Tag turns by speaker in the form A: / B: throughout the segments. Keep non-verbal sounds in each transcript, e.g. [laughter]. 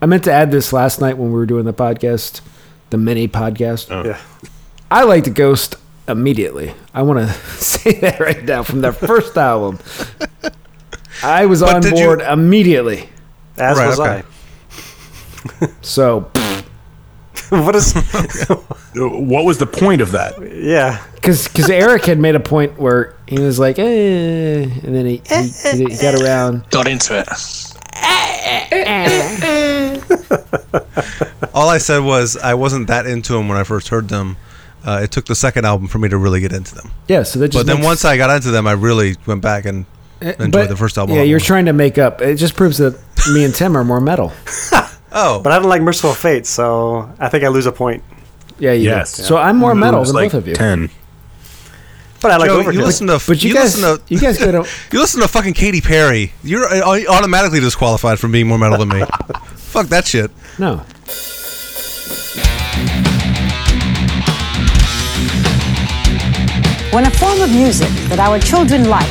A: I meant to add this last night when we were doing the podcast, the mini podcast.
B: Oh.
C: Yeah.
A: I like the Ghost immediately. I want to [laughs] say that right now from their first album. I was
B: But
A: on
B: did you-
A: board immediately.
C: As
B: Right,
C: was
B: okay.
A: So,
C: I. [laughs] what is?
D: Uh, What was the point of that?
C: Yeah.
A: because Eric had made a point where he was like, eh, and then he, he, he did- he got around.
E: Got into it.
B: All I said was I wasn't that into them when I first heard them. Uh, it took the second album for me to really get into them.
A: Yeah, so that just
B: But then
A: makes- Eh,
B: once I got into them, I really went back and enjoyed
A: but-
B: the first album.
A: Yeah,
B: a lot
A: you're
B: more.
A: trying to make up. It just proves that me and Tim are more metal.
B: Oh,
C: But I don't like Merciful Fate, so I think I lose a point.
A: Yeah, you do.
D: Yes.
A: So I'm more metal
D: It was
A: than
D: like
A: both of you.
D: Ten.
C: But I like
B: Joe, you
C: Overkill.
B: listen to
A: But you, guys,
B: listen to
A: you guys go to
B: [laughs] you listen to fucking Katy Perry. You're au- automatically disqualified from being more metal
A: [laughs]
B: than me. Fuck that shit.
A: no.
F: When a form of music that our children like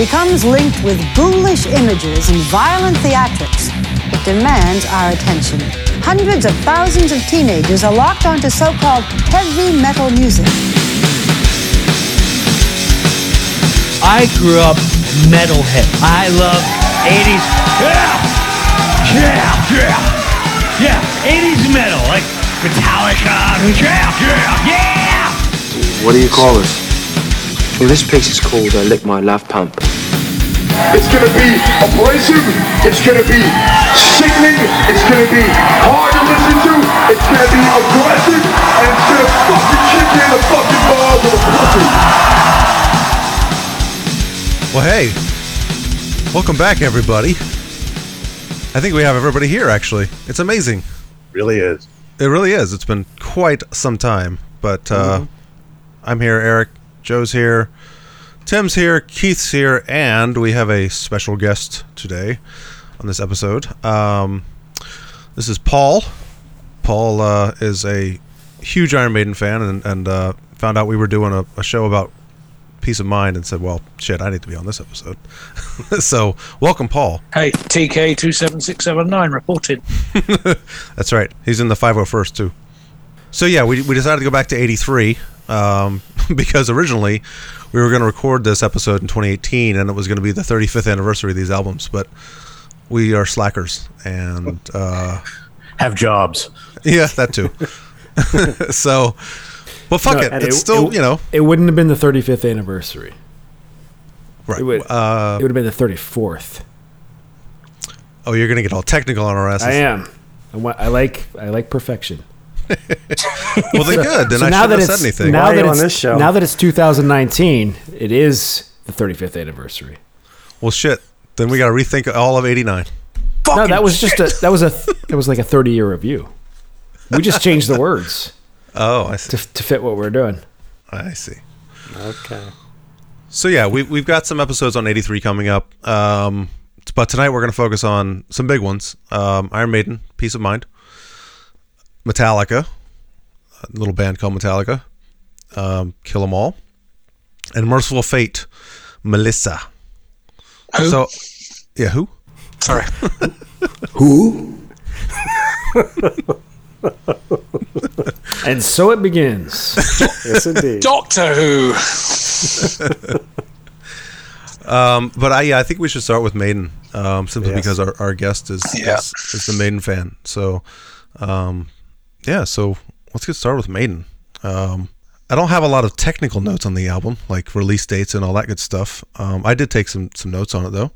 F: becomes linked with ghoulish images and violent theatrics, it demands our attention. Hundreds of thousands of teenagers are locked onto so called heavy metal music.
G: I grew up metalhead. I love 80s. Yeah! Yeah! Yeah! Yeah! 80s metal, like Metallica. Yeah! Yeah! Yeah!
H: What do you call this? Well, this piece is called I Lick My Love Pump.
I: It's gonna be abrasive. It's gonna be sickening. It's gonna be hard to listen to. It's gonna be aggressive, and it's gonna fucking kick you in the fucking balls with a pussy.
B: Well, hey, welcome back, everybody. I think we have everybody here. Actually, it's amazing.
D: Really is.
B: It really is. It's been quite some time, but uh, I'm here. Eric, Joe's here, Tim's here, Keith's here, and we have a special guest today on this episode. Um, this is Paul. Paul uh, is a huge Iron Maiden fan, and, and uh, found out we were doing a, a show about peace of mind, and said, "Well, shit, I need to be on this episode." [laughs] so, welcome, Paul.
E: Hey, TK27679 reported.
B: That's right. He's in the 501st too. So yeah, we, we decided to go back to 83 um, [laughs] because originally we were going to record this episode in 2018 and it was going to be the 35th anniversary of these albums, but we are slackers and
A: [laughs]
B: uh,
D: Have jobs.
B: yeah, that too. [laughs] so, well, fuck
A: No,
B: it.
A: and
B: It's still
A: it-
B: you know
A: It wouldn't have been the 35th anniversary.
B: right.
A: It would.
B: uh,
A: it would have been the 34th.
B: oh, you're going to get all technical on our asses.
A: I am. I, want, I like. I like perfection. [laughs]
B: Well, then good. Then
A: so
B: I
A: now that
B: shouldn't have
A: it's
B: said anything.
A: now
C: Why are
A: that
C: you on
A: it's
C: this show?
A: now that it's 2019, it is the 35th anniversary.
B: well, shit. Then we got to rethink all of 89.
A: no, that was just a that was a that was like a 30 year review. We just changed the words
B: Oh, I see.
A: to, to fit what we're doing.
B: I see.
C: Okay.
B: So yeah, we, we've got some episodes on 83 coming up, um, but tonight we're going to focus on some big ones: um, Iron Maiden, Peace of Mind, Metallica, a little band called Metallica, um, Kill 'Em All, and Merciful Fate, Melissa.
E: Who?
B: So, yeah, who?
E: Sorry.
A: And so it begins. [laughs]
C: Yes, indeed.
E: Doctor Who.
B: But I, yeah, I think we should start with Maiden, um, simply
C: Yes.
B: because our, our guest is,
E: Yeah.
B: is is the Maiden fan. So, um, yeah, so let's get started with Maiden. Um, I don't have a lot of technical notes on the album, like release dates and all that good stuff. Um, I did take some some notes on it though.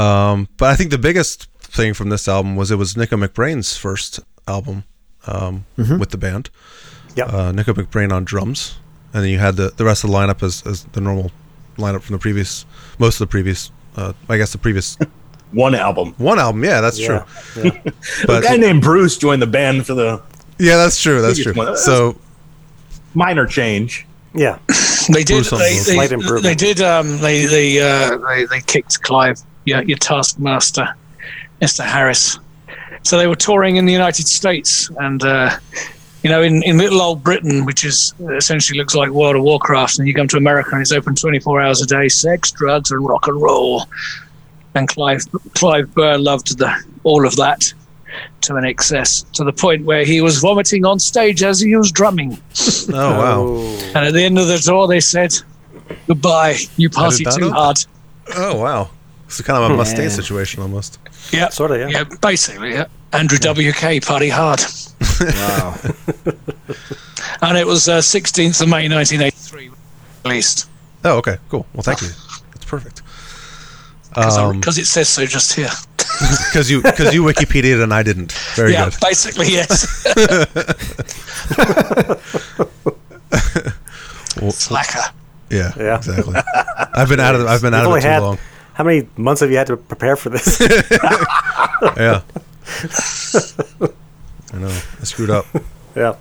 B: Um, but I think the biggest thing from this album was it was Nico McBrain's first album um, with the band.
C: Yep.
B: Uh, Nico McBrain on drums, and then you had the, the rest of the lineup as, as the normal lineup from the previous, most of the previous, uh, I guess the previous [laughs]
D: One album.
B: one album. Yeah, that's
C: Yeah,
B: true.
C: yeah.
D: A
B: but
D: guy named Bruce joined the band for the
B: yeah, that's true. That's
D: Biggest
B: true.
D: one.
B: So
D: minor change.
C: Yeah.
E: They did.
B: Bruce on
E: They,
B: those.
E: they,
C: Slight
E: they,
C: improvement.
E: did. Um, they they, uh, they they kicked Clive, your, your taskmaster, Mr. Harris. So they were touring in the United States, and uh, you know, in, in little old Britain, which is uh, essentially looks like World of Warcraft, and you come to America and it's open 24 hours a day, sex, drugs, and rock and roll. And Clive Clive Burr loved the all of that. to an excess to the point where he was vomiting on stage as he was drumming.
C: [laughs]
B: Oh wow.
E: And at the end of the tour, they said, "Goodbye, you party
B: that
E: too
B: up?
E: hard."
B: Oh wow. It's kind of a Mustaine situation almost.
E: Yeah,
C: Sort of, yeah.
E: yeah, basically, yeah. Andrew WK party hard,
A: Wow.
E: [laughs] and it was uh, sixteenth of May, nineteen eighty-three, released.
B: Oh okay, cool. Well, thank you. That's perfect. [laughs]
E: Because
B: Um,
E: it says so just here.
B: Because you because you Wikipedia and I didn't. Very
E: yeah,
B: good.
E: basically, yes. Slacker.
B: Yeah,
C: [laughs] Yeah.
B: exactly. I've been out of I've been
C: You've
B: out of
C: only
B: it too
C: had- [laughs]
B: long.
C: How many months have you had to prepare for this?
B: Yeah. I know. I screwed up.
C: yeah.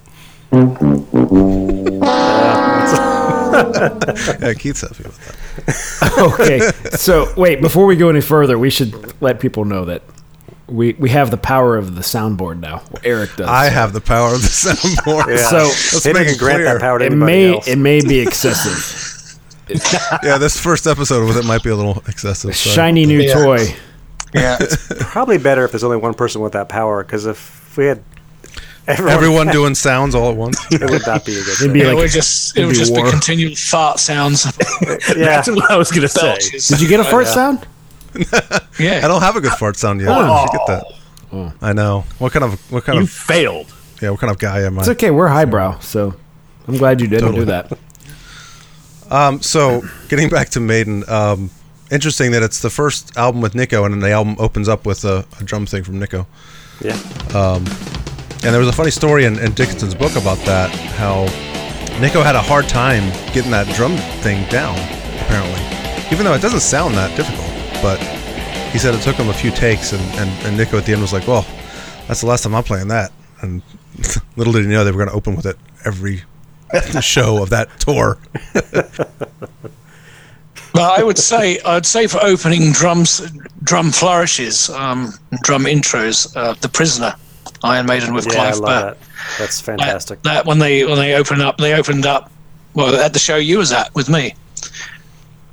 B: Yeah, Keith's happy with that.
A: okay. So wait, before we go any further, we should let people know that we we have the power of the soundboard now. Eric does.
B: I have the power of the soundboard.
C: Yeah.
A: So-
B: let's
C: Him
B: make
C: can
B: it
C: grant
B: clear.
C: that power to
A: it
C: anybody
A: may
C: else.
A: it may be excessive.
B: Yeah, this first episode with it might be a little excessive. so-
A: Shiny new
E: Yeah.
A: toy.
E: Yeah.
C: Probably better if there's only one person with that power, because if we had everyone,
B: [laughs] Everyone doing sounds all at once.
C: [laughs] it would not be a
B: [laughs]
C: good
A: It'd
C: thing.
A: be
E: it
A: like.
E: would just it
A: it'd
E: would
A: be
E: just
A: war.
E: be continual fart sounds,
C: yeah.
D: That's what I was gonna say.
E: belches. Oh,
A: Did you
E: [laughs]
A: get a fart sound?
B: I
E: Yeah.
B: don't have a good fart sound yet. I should get that. I know. What kind of what kind
D: Oh. You
B: of
D: failed.
B: yeah? What kind of guy am I?
A: It's okay. We're highbrow, so I'm glad you didn't do
B: Totally.
A: that.
B: Um, so getting back to Maiden, um, interesting that it's the first album with Nico, and then the album opens up with a, a drum thing from Nico. Um,
C: Yeah.
B: And there was a funny story in, in Dickinson's book about that, how Nico had a hard time getting that drum thing down, apparently. Even though it doesn't sound that difficult, but he said it took him a few takes, and, and, and Nico at the end was like, well, that's the last time I'm playing that. And [laughs] little did he know they were going to open with it every show of that tour.
E: Well, I would say I'd say for opening drums, drum flourishes, um, drum intros, uh, "The Prisoner," Iron Maiden with
C: Yeah, I
E: Clive
C: love
E: Burr.
C: that. That's
E: That-
C: fantastic.
E: That, when they when they opened up, they opened up. Well, at the show you was at with me.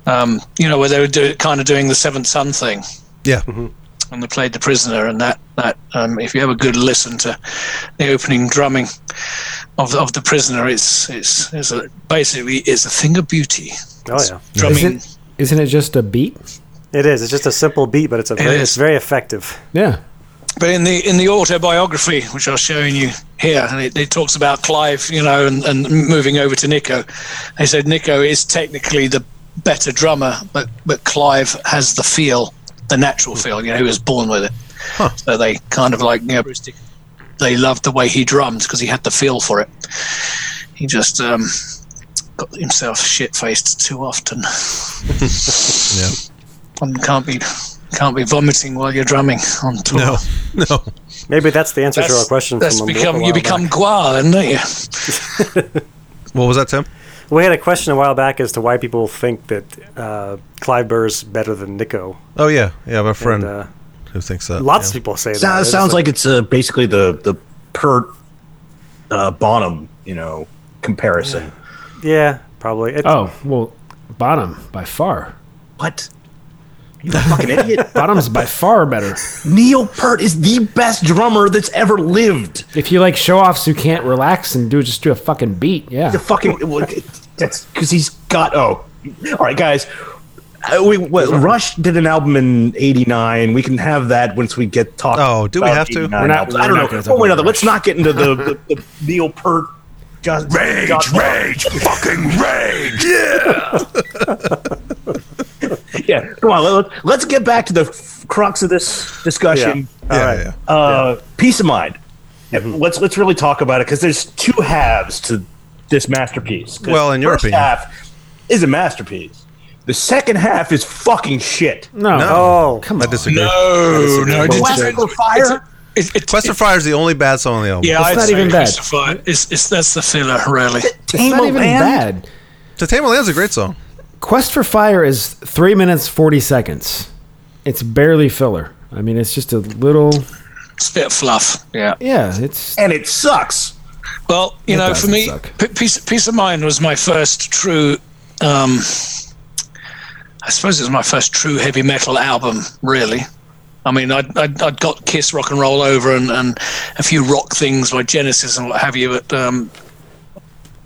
E: Um, you know where they were do, kind of doing the Seventh Son thing,
B: Yeah.
E: and they played the Prisoner, and that that um, if you have a good listen to the opening drumming of of the Prisoner, it's it's, it's a, basically it's a thing of beauty.
C: oh yeah.
E: Drumming.
A: Isn't isn't it just a beat?
C: It is. It's just a simple beat, but it's a very, it's
E: is.
C: very effective.
A: Yeah.
E: But in the in the autobiography, which I was showing you here, and it, it talks about Clive, you know, and, and moving over to Nico. They said Nico is technically the better drummer, but but Clive has the feel, the natural
B: Hmm.
E: feel. You know, he was born with it. So they kind of like you know, Bruce Dickinson, they loved the way he drummed because he had the feel for it. He just um, got himself shit faced too often.
B: [laughs] Yeah.
E: One can't be can't be vomiting while you're drumming on tour.
B: No. No.
C: Maybe that's the answer to
E: That's-
C: our question.
E: that's
C: from a
E: become
C: little
E: you
C: while
E: become
C: back.
E: gua, then, don't you?
B: What was that, Tim?
C: We had a question a while back as to why people think that uh, Clive Burr's better than Nico.
B: Oh, yeah. Yeah, I have a friend
C: And, uh,
B: who thinks that.
C: lots
B: yeah.
C: of people say that.
D: Sounds,
C: It's
D: sounds like it's uh, basically the the Pert uh, Bonham, you know, comparison.
C: yeah, probably. It,
A: Oh well, Bottom by far.
D: What? You
A: [laughs]
D: fucking idiot!
A: Bottom's by far better.
D: Neil Peart is the best drummer that's ever lived.
A: If you like show offs who can't relax and do just do a fucking beat, yeah.
D: The fucking
A: [laughs]
D: well, that's because he's got. Oh, all right, guys. Uh, We, well, Rush did an album in '89. We can have that once we get talked.
B: Oh, do we
D: about
B: have to?
D: 89
A: We're not-
D: albums.
A: we're
D: I don't
A: not
D: know.
A: gonna talk
D: Oh, wait,
A: about
D: no, let's not get into the, the, the Neil Peart. God, rage, rage, fucking rage! Yeah, yeah. Come on, let, let's get back to the f- crux of this
C: yeah.
D: discussion.
B: Yeah,
C: All right.
B: yeah, Mm-hmm. yeah.
D: Uh, Peace of mind. Let's let's really talk about it because there's two halves to this masterpiece. 'Cause
B: Well, in
D: the
B: your
D: first
B: opinion.
D: half is a masterpiece. The second half is fucking shit.
A: no.
C: Oh,
A: Come
B: I
A: on.
B: disagree.
E: No, no, it's,
D: Quest
E: it's,
D: for Fire.
E: it's, it's,
B: Quest for Fire is the only bad song on the album.
E: yeah, I'd
A: not
E: say
A: even bad.
E: Quest for Fire. It's, it's that's the filler, really.
A: It's not even bad.
B: To Tame a Land's a great song.
A: Quest for Fire is three minutes forty seconds. It's barely filler. I mean, it's just a little.
E: It's a bit of fluff. Yeah.
A: Yeah, it's
D: and it sucks.
E: Well, you
A: It
E: know, for
A: doesn't
E: me,
A: suck.
E: P- peace peace of mind was my first true. Um, I suppose it was my first true heavy metal album, really. I mean, I'd, I'd, I'd got Kiss Rock and Roll Over and, and a few rock things like Genesis and what have you, but um,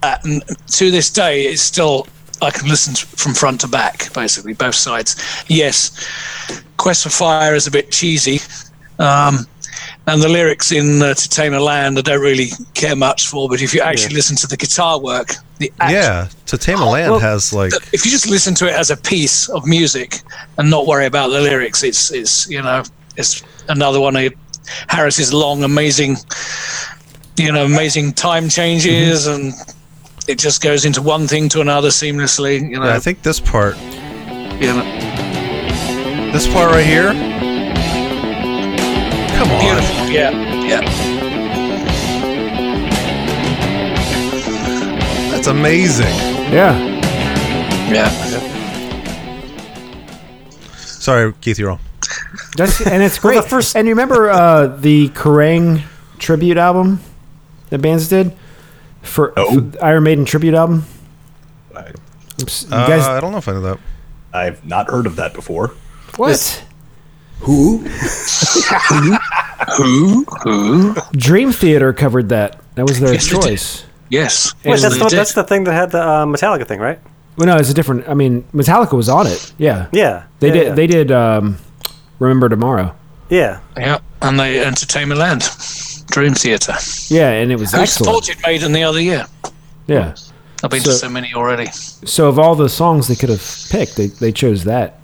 E: uh, n- to this day, it's still, I can listen to, from front to back, basically, both sides. Yes, Quest for Fire is a bit cheesy. Um, and the lyrics in uh, To Tame a Land, I don't really care much for, but if you actually listen to the guitar work, the act-
B: yeah, To Tame
A: Oh,
B: a Land has like
E: if you just listen to it as a piece of music and not worry about the lyrics, it's it's you know it's another one of Harris's long, amazing, you know, amazing time changes, and it just goes into one thing to another seamlessly. You know,
B: I think this part,
E: you know,
B: this part right here. Come on.
E: beautiful. Yeah, yeah.
B: That's amazing.
A: Yeah.
E: Yeah,
B: Sorry, Keith, you're wrong.
A: That's, and [laughs] it's great. and you remember uh, the Kerrang tribute album the bands did for, for Iron Maiden tribute album?
D: I,
A: Oops, You
B: Uh,
A: guys,
B: I don't know if I know that.
D: I've not heard of that before.
A: what?
D: Who?
A: Dream Theater covered that. That was their
E: Yes, they did.
A: choice.
E: yes.
C: Wait, that's
E: They
C: the,
E: did.
C: that's the thing that had the uh, Metallica thing, right?
A: Well, no, it's a different. I mean, Metallica was on it. Yeah.
C: Yeah.
A: They
C: yeah,
A: did.
C: Yeah.
A: They did. Um, Remember tomorrow.
C: yeah.
E: yeah, and they Entertainment Land, Dream Theatre.
A: Yeah, and it was
E: Who
A: excellent.
E: supported Maiden the other year?
A: Yeah.
E: I've been to
A: So-
E: so many already.
A: So of all the songs they could have picked, they, they chose that.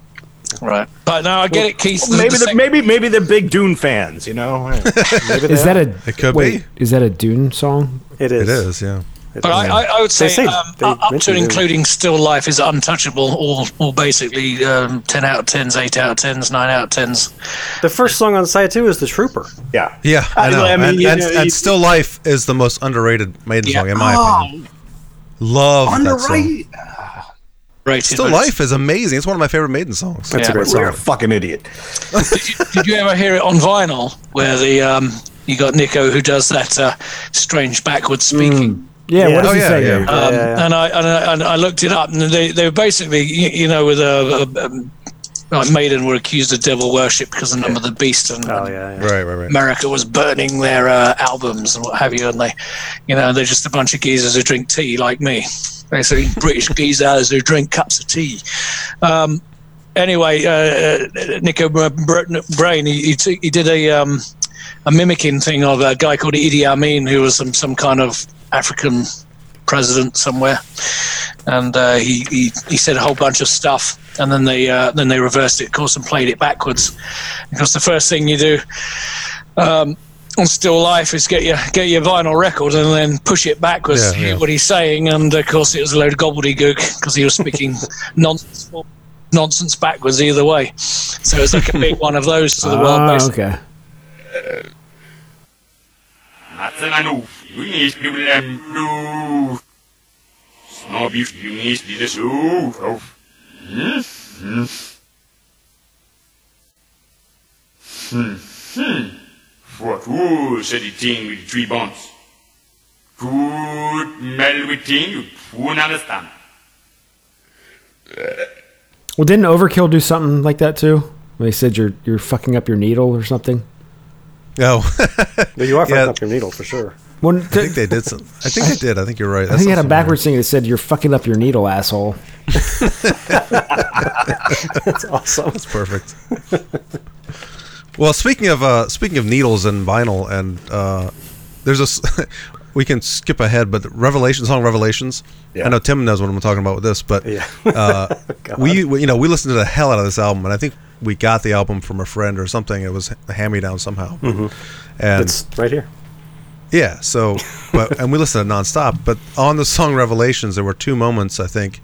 E: Right, but no, I get it, Keith. The-
D: Maybe
E: the
D: they're,
E: sec-
D: maybe maybe they're big Dune fans. You
B: [laughs]
D: know,
A: Is that a
B: It could
A: wait? Is that a Dune song?
C: It is.
B: It is, yeah.
E: But I, I, I would say
C: They say
E: um,
C: they
E: up to
C: mentioned they-
E: and including Still Life is untouchable, or, or basically um, 10 out of 10s, 8 out of 10s, 9 out of 10s.
C: The first song on side two is The Trooper.
D: yeah.
B: Yeah, I
D: I-
B: know.
D: I mean,
B: and,
D: you
B: and,
D: know,
B: and
D: you-
B: Still Life is the most underrated Maiden
E: Yeah.
B: song, in my opinion. Love that song.
D: Oh. Underrated.
E: Rated
B: Still
E: but-
B: Life is amazing. It's one of my favorite Maiden songs.
C: That's
E: Yeah.
C: a great
D: You're a
C: song.
D: fucking idiot.
E: Did you, did you ever hear it on vinyl where the um, you got Nico who does that uh, strange backwards speaking?
A: Yeah.
C: Yeah.
A: What does
C: Oh,
A: he
B: yeah,
A: say?
B: yeah.
A: there?
E: Um,
C: Mm, Yeah, yeah.
E: And, I, and I and I looked it up, and they they were basically you, you know with a, a, um like Maiden were accused of devil worship because of the number of the beast and
C: Oh, yeah. yeah.
B: Right, right, right.
E: America was burning their uh, albums and what have you, and they, you know, they're just a bunch of geezers who drink tea like me, basically [laughs] British geezers who drink cups of tea. Um, anyway, uh, uh, Nico Br- Br- Brain, he he, t- he did a um, a mimicking thing of a guy called Idi Amin, who was some some kind of African president somewhere, and uh, he, he he said a whole bunch of stuff. And then they uh, then they reversed it, of course, and played it backwards. Because the first thing you do um, on Still Life is get your get your vinyl record and then push it backwards
B: Yeah,
E: to hear
B: yeah.
E: what he's saying. And of course, it was a load of gobbledygook because he was
B: [laughs]
E: speaking nonsense nonsense backwards either way. So it's like a big one of those to the world.
A: Ah,
E: basically.
A: okay.
I: What who said the thing with the three bones? Good mel with thing you won't understand.
A: Well, didn't Overkill do something like that too? When they said you're you're fucking up your needle or something.
B: Oh, [laughs]
C: But you are fucking
B: Yeah.
C: up your needle for sure. [laughs]
A: When,
B: I think they did. Some, I think they did. I think you're right.
A: I
B: That
A: think he had a
B: sounds
A: backwards thing that said you're fucking up your needle, asshole.
C: That's awesome.
B: perfect. [laughs] well, speaking of uh, speaking of needles and vinyl, and uh, there's a s- [laughs] we can skip ahead, but the Revelation song Revelations.
D: Yeah.
B: I know Tim knows what I'm talking about with this, but
C: Yeah.
B: uh, we, we you know we listened to the hell out of this album, and I think we got the album from a friend or something. It was a hand me down somehow, and
C: It's right here.
B: yeah, so but and we listened to it nonstop. But on the song Revelations, there were two moments I think,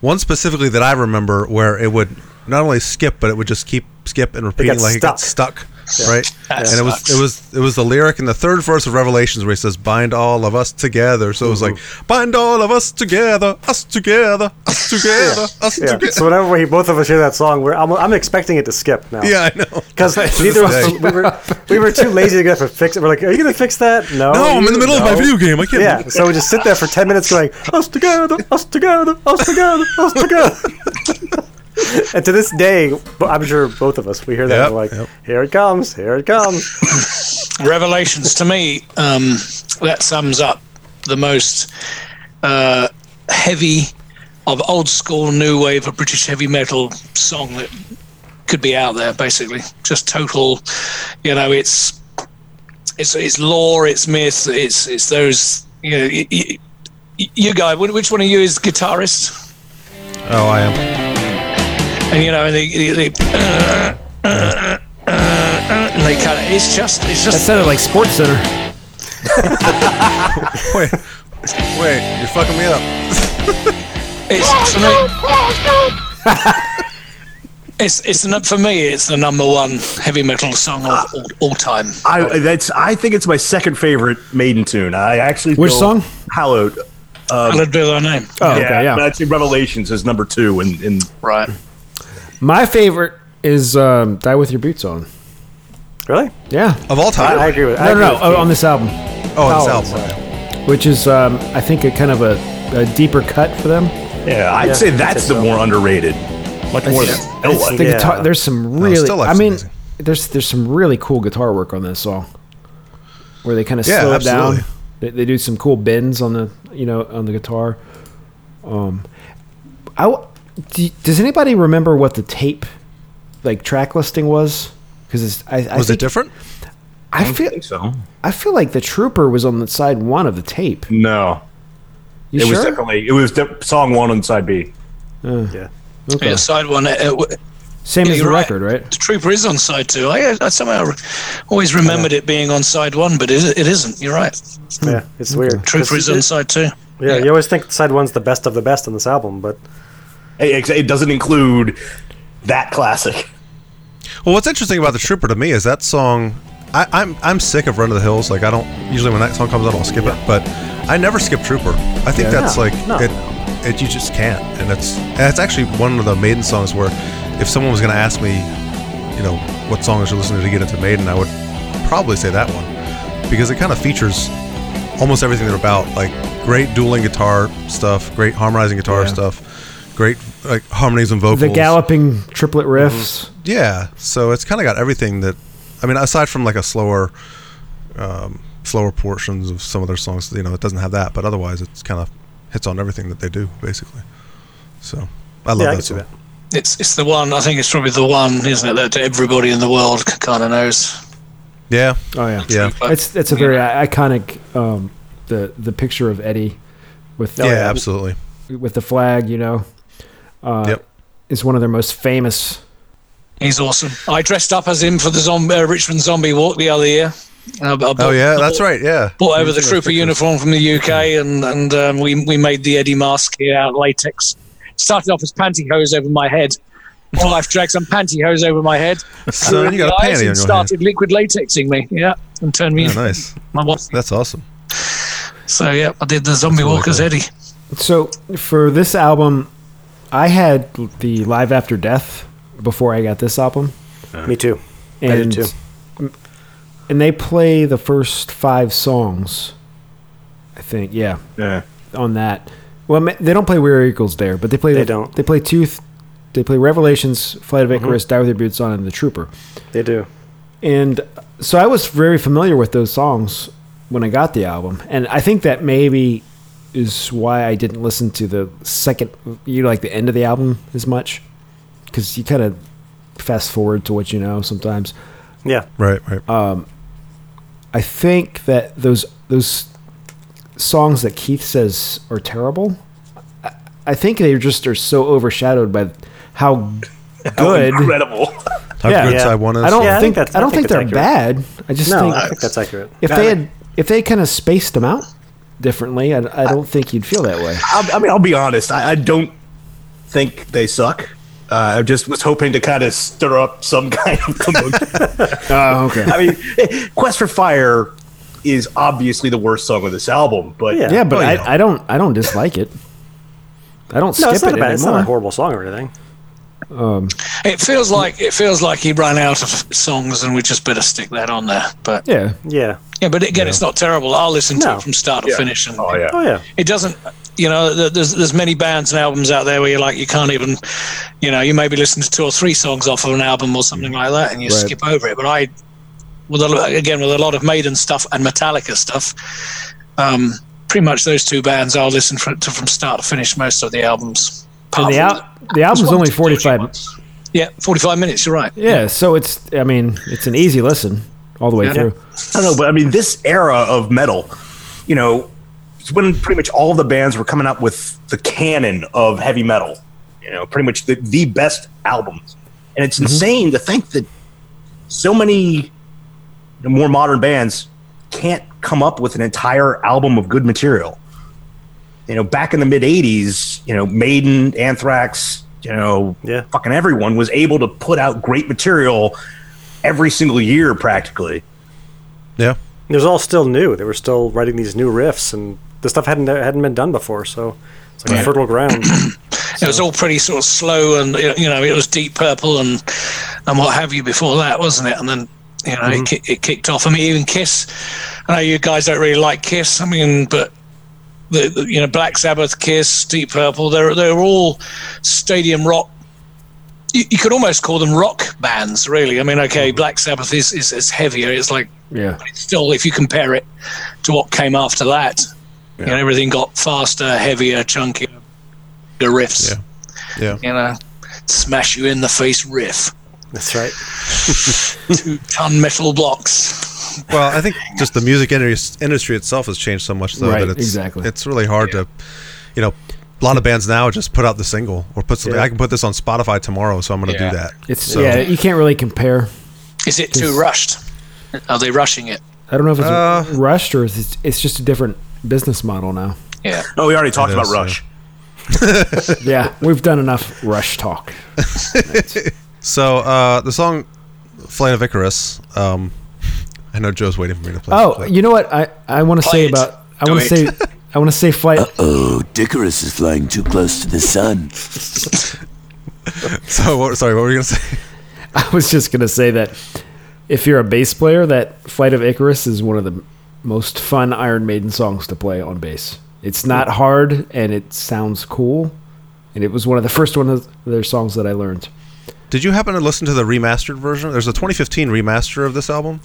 B: one specifically that I remember where it would not only skip, but it would just keep skip and repeating
C: got
B: like it got stuck, right?
E: That
B: and it was
E: sucks.
B: it was it was the lyric in the third verse of Revelations where he says, "Bind all of us together." So it was like, "Bind all of us together, us together,
C: [laughs]
B: us together, us
C: Yeah.
B: together."
C: So whenever we both of us hear that song, we're I'm, I'm expecting it to skip now.
B: yeah, I know. [laughs]
C: Because neither of us
B: day.
C: we were we were too lazy to get up and fix it. We're like, are you gonna fix that? No.
B: No,
C: Are
B: I'm in the
C: you?
B: middle of my
C: No.
B: video game. I can't.
A: [laughs]
C: Yeah, so we just sit there for ten minutes going, us together, [laughs] us together, us together, us together. and to this day, I'm sure both of us we hear that
B: Yep,
C: and we're like,
B: yep.
C: here it comes, here it comes.
E: Revelations to me, um, that sums up the most uh, heavy of old school new wave of British heavy metal song that could be out there. Basically, just total. You know, it's it's it's lore, it's myth, it's it's those. You know, y- y- y- you guy, wh- which one of you is guitarist?
B: Oh, I am.
E: and you know, and they, they, [clears throat] they, and they kind of, it's just, it's
A: That
E: just,
A: sounded like Sports Center.
B: Wait, wait, you're fucking me up.
E: it's, for me, [laughs] it's, it's, the- for me, it's the number one heavy metal song of all, all time.
D: I that's I think it's my second favorite Maiden tune. I actually
A: Which
D: feel
A: song?
D: Hallowed.
E: Hallowed be thy name.
A: Oh, okay, yeah.
D: But I'd say Revelations is number two, and in,
E: Right.
A: My favorite is um, "Die with Your Boots On."
C: Really?
A: Yeah,
B: Of all time?
C: I agree with.
A: no,
C: I
A: no,
C: agree
A: no,
C: with
A: oh,
C: Keith.
A: on this album,
B: Oh,
A: Oh,
B: this album.
A: which is um, I think a kind of a, a deeper cut for them.
D: yeah, I'd say that's the more underrated, much more than
A: It's
D: Stillwater.
A: the
C: Yeah.
A: guitar, there's some really.
B: Still
A: I
B: Life's
A: mean,
B: amazing.
A: there's there's some really cool guitar work on this song, where they kind of
B: Yeah,
A: slow it
B: absolutely.
A: down. They, they do some cool bends on the you know on the guitar. Um, I w- do, does anybody remember what the tape like track listing was? Because I, I
B: Was it
A: think-
B: different?
A: I feel
D: so.
A: I feel like the trooper was on the side one of the tape.
D: No,
A: You
D: it
A: sure?
D: was definitely it was de- song one on side B.
C: Yeah.
A: Okay.
E: Yeah, side one. Uh, w-
A: Same
E: yeah,
A: as the
E: you're right.
A: record, right?
E: The Trooper is on side two. I, I somehow re- always remembered it being on side one, but it, it isn't. You're right.
C: Yeah, it's weird.
E: Trooper is on side two.
C: Yeah, you always think side one's the best of the best on this album, but
D: Hey, ex- It doesn't include that classic.
B: Well, what's interesting about the Trooper to me is that song. I, I'm I'm sick of Run to the Hills. Like I don't usually when that song comes on, I'll skip it. But I never skip Trooper. I think that's
C: No,
B: like
C: no.
B: it. It you just can't. And it's and it's actually one of the Maiden songs where if someone was gonna ask me, you know, what song I should listen to to get into Maiden, I would probably say that one because it kind of features almost everything they're about. Like great dueling guitar stuff, great harmonizing guitar stuff, great like harmonies and vocals.
A: The galloping triplet
B: Mm-hmm.
A: riffs.
B: Yeah, so it's kind of got everything that, I mean, aside from like a slower, um, slower portions of some of their songs, you know, it doesn't have that. But otherwise, it's kind of hits on everything that they do, basically. So I love
C: yeah, I
B: that
C: can see
B: song.
C: that.
E: It's, it's the one, I think it's probably the one, isn't it, that everybody in the world kind of knows.
B: Yeah,
A: Oh yeah.
B: yeah,
A: It's it's a very i- iconic um, the the picture of Eddie with
C: Oh,
B: yeah, absolutely.
A: with the flag, you know, Uh,
B: yep.
A: is one of their most famous.
E: He's awesome. I dressed up as him for the zombie, uh, Richmond Zombie Walk the other year. Uh, I bought-
B: Oh yeah,
E: I
B: that's
E: bought-
B: right. Yeah,
E: Bought over the trooper
B: [laughs]
E: uniform from the UK, and and um, we we made the Eddie mask here out of latex. Started off as pantyhose over my head.
B: [laughs]
E: All life dragged some pantyhose over my head.
B: So you got a
E: Eyes and
B: panty on your hand.
E: started liquid latexing me. Yeah, and turned me
B: Yeah,
E: into
B: nice.
E: my wife.
B: That's awesome.
E: So yeah, I did the zombie
B: really
E: walk as
B: cool.
E: Eddie.
A: So for this album, I had the Live After Death before I got this album,
C: me too.
A: and
C: did too.
A: and they play the first five songs. I think, yeah,
D: Yeah.
A: on that. Well, ma- they don't play We Are Equals there, but they play
C: They
A: the-
C: don't. Mm-hmm.
A: They play Tooth. They play Revelations, Flight of Icarus, Die with Your Boots On, and The Trooper.
C: They do.
A: And so I was very familiar with those songs when I got the album. And I think that maybe is why I didn't listen to the second, you know, like the end of the album as much. Because you kind of fast forward to what you know sometimes.
C: Yeah,
B: Right, right.
A: I think that those those songs that Keith says are terrible. I- I think they just are so overshadowed by how
C: [laughs]
A: good.
D: Incredible.
B: How
A: yeah.
B: good
A: Yeah.
B: I want
A: I don't
C: Yeah, I
A: think,
C: think that's-
A: I
C: I
A: don't think,
C: think
A: they're
C: that's
A: bad. I just
C: no,
A: think
C: I think that's accurate.
A: if they had if they kind of spaced them out differently, I, I don't think you'd feel that way.
D: I, I mean, I'll be honest. I, I don't think they suck. Uh, I just was hoping to kind of stir up some [laughs] kind of commotion.
A: [laughs] Oh, okay.
D: I mean, eh, Quest for Fire is obviously the worst song of this album, but
C: Yeah.
A: yeah, but
B: Oh,
A: I,
B: yeah.
A: I don't I don't dislike it. I don't
C: [laughs] no,
A: skip
C: it's not
A: it
C: a bad. It's not a
A: anymore.
C: horrible song or anything.
E: It feels like it feels like he ran out of songs, and we just better stick that on there. But
A: Yeah,
C: Yeah.
E: yeah, but again, it's not terrible. I'll listen to
C: No.
E: it from start to finish, and
D: oh yeah,
C: Oh yeah.
E: it doesn't you know, th- there's there's many bands and albums out there where you're like you can't even, you know, you maybe listen to two or three songs off of an album or something like that, and you
A: Right.
E: skip over it. But I, with a, lo- again with a lot of Maiden stuff and Metallica stuff, um, pretty much those two bands I'll listen for, to from start to finish most of the albums.
A: And
E: Apart
A: the,
E: from-
A: al- the
E: there's
A: album's
E: one
A: only
E: or two
A: 45.
E: ones. Yeah, 45 minutes. You're right.
A: Yeah, so it's, I mean, it's an easy listen all the way
E: Yeah.
A: through.
D: I don't know, but I mean, this era of metal, you know, it's when pretty much all the bands were coming out with the canon of heavy metal, you know, pretty much the, the best albums. And it's insane to think that so many more modern bands can't come up with an entire album of good material. You know, back in the mid 80s, you know, Maiden, Anthrax, you know,
C: Yeah.
D: fucking everyone was able to put out great material every single year practically.
B: Yeah.
C: It was all still new. They were still writing these new riffs, and the stuff hadn't hadn't been done before. So it's like a fertile ground.
E: It was all pretty sort of slow, and you know, it was Deep Purple and and what have you before that, wasn't it? And then you know, it, ki- it kicked off. I mean, even Kiss. I know you guys don't really like Kiss. I mean, but the, the- you know, Black Sabbath, Kiss, Deep Purple. They're they're all stadium rock. You, you could almost call them rock bands, really. I mean, okay, Black Sabbath is is, is heavier. It's like
A: Yeah.
E: but it's still, if you compare it to what came after that, you know, everything got faster, heavier, chunkier the riffs.
B: Yeah. Yeah.
E: You know, smash you in the face riff.
C: That's right.
E: Two ton metal blocks.
B: Well, I think just the music indus- industry itself has changed so much, though,
A: Right,
B: that it's,
A: exactly.
B: it's really hard to, you know, a lot of bands now just put out the single or put something. I can put this on Spotify tomorrow, so I'm going to
E: Yeah.
B: do that.
A: It's,
B: so,
A: yeah, you can't really compare.
E: Is it too rushed? Are they rushing it?
A: I don't know if it's
B: Uh,
A: rushed or it's, it's just a different business model now.
E: Yeah.
D: Oh, we already talked
B: It
D: about
B: is,
D: Rush.
A: Yeah, we've done enough rush talk.
B: So uh, the song "Flight of Icarus." Um, I know Joe's waiting for me to play.
A: Oh,
B: play.
A: you know what? I, I want to say
E: it.
A: about I
E: Do
A: want to
E: it.
A: say I want to say flight.
J: Oh, Dickerus is flying too close to the sun.
B: [laughs] so what, sorry. What were you going to [laughs] say?
A: I [laughs] was just gonna say that if you're a bass player, that Flight of Icarus is one of the most fun Iron Maiden songs to play on bass. It's not hard and it sounds cool, and it was one of the first one of their songs that I learned.
B: Did you happen to listen to the remastered version? There's a 2015 remaster of this album,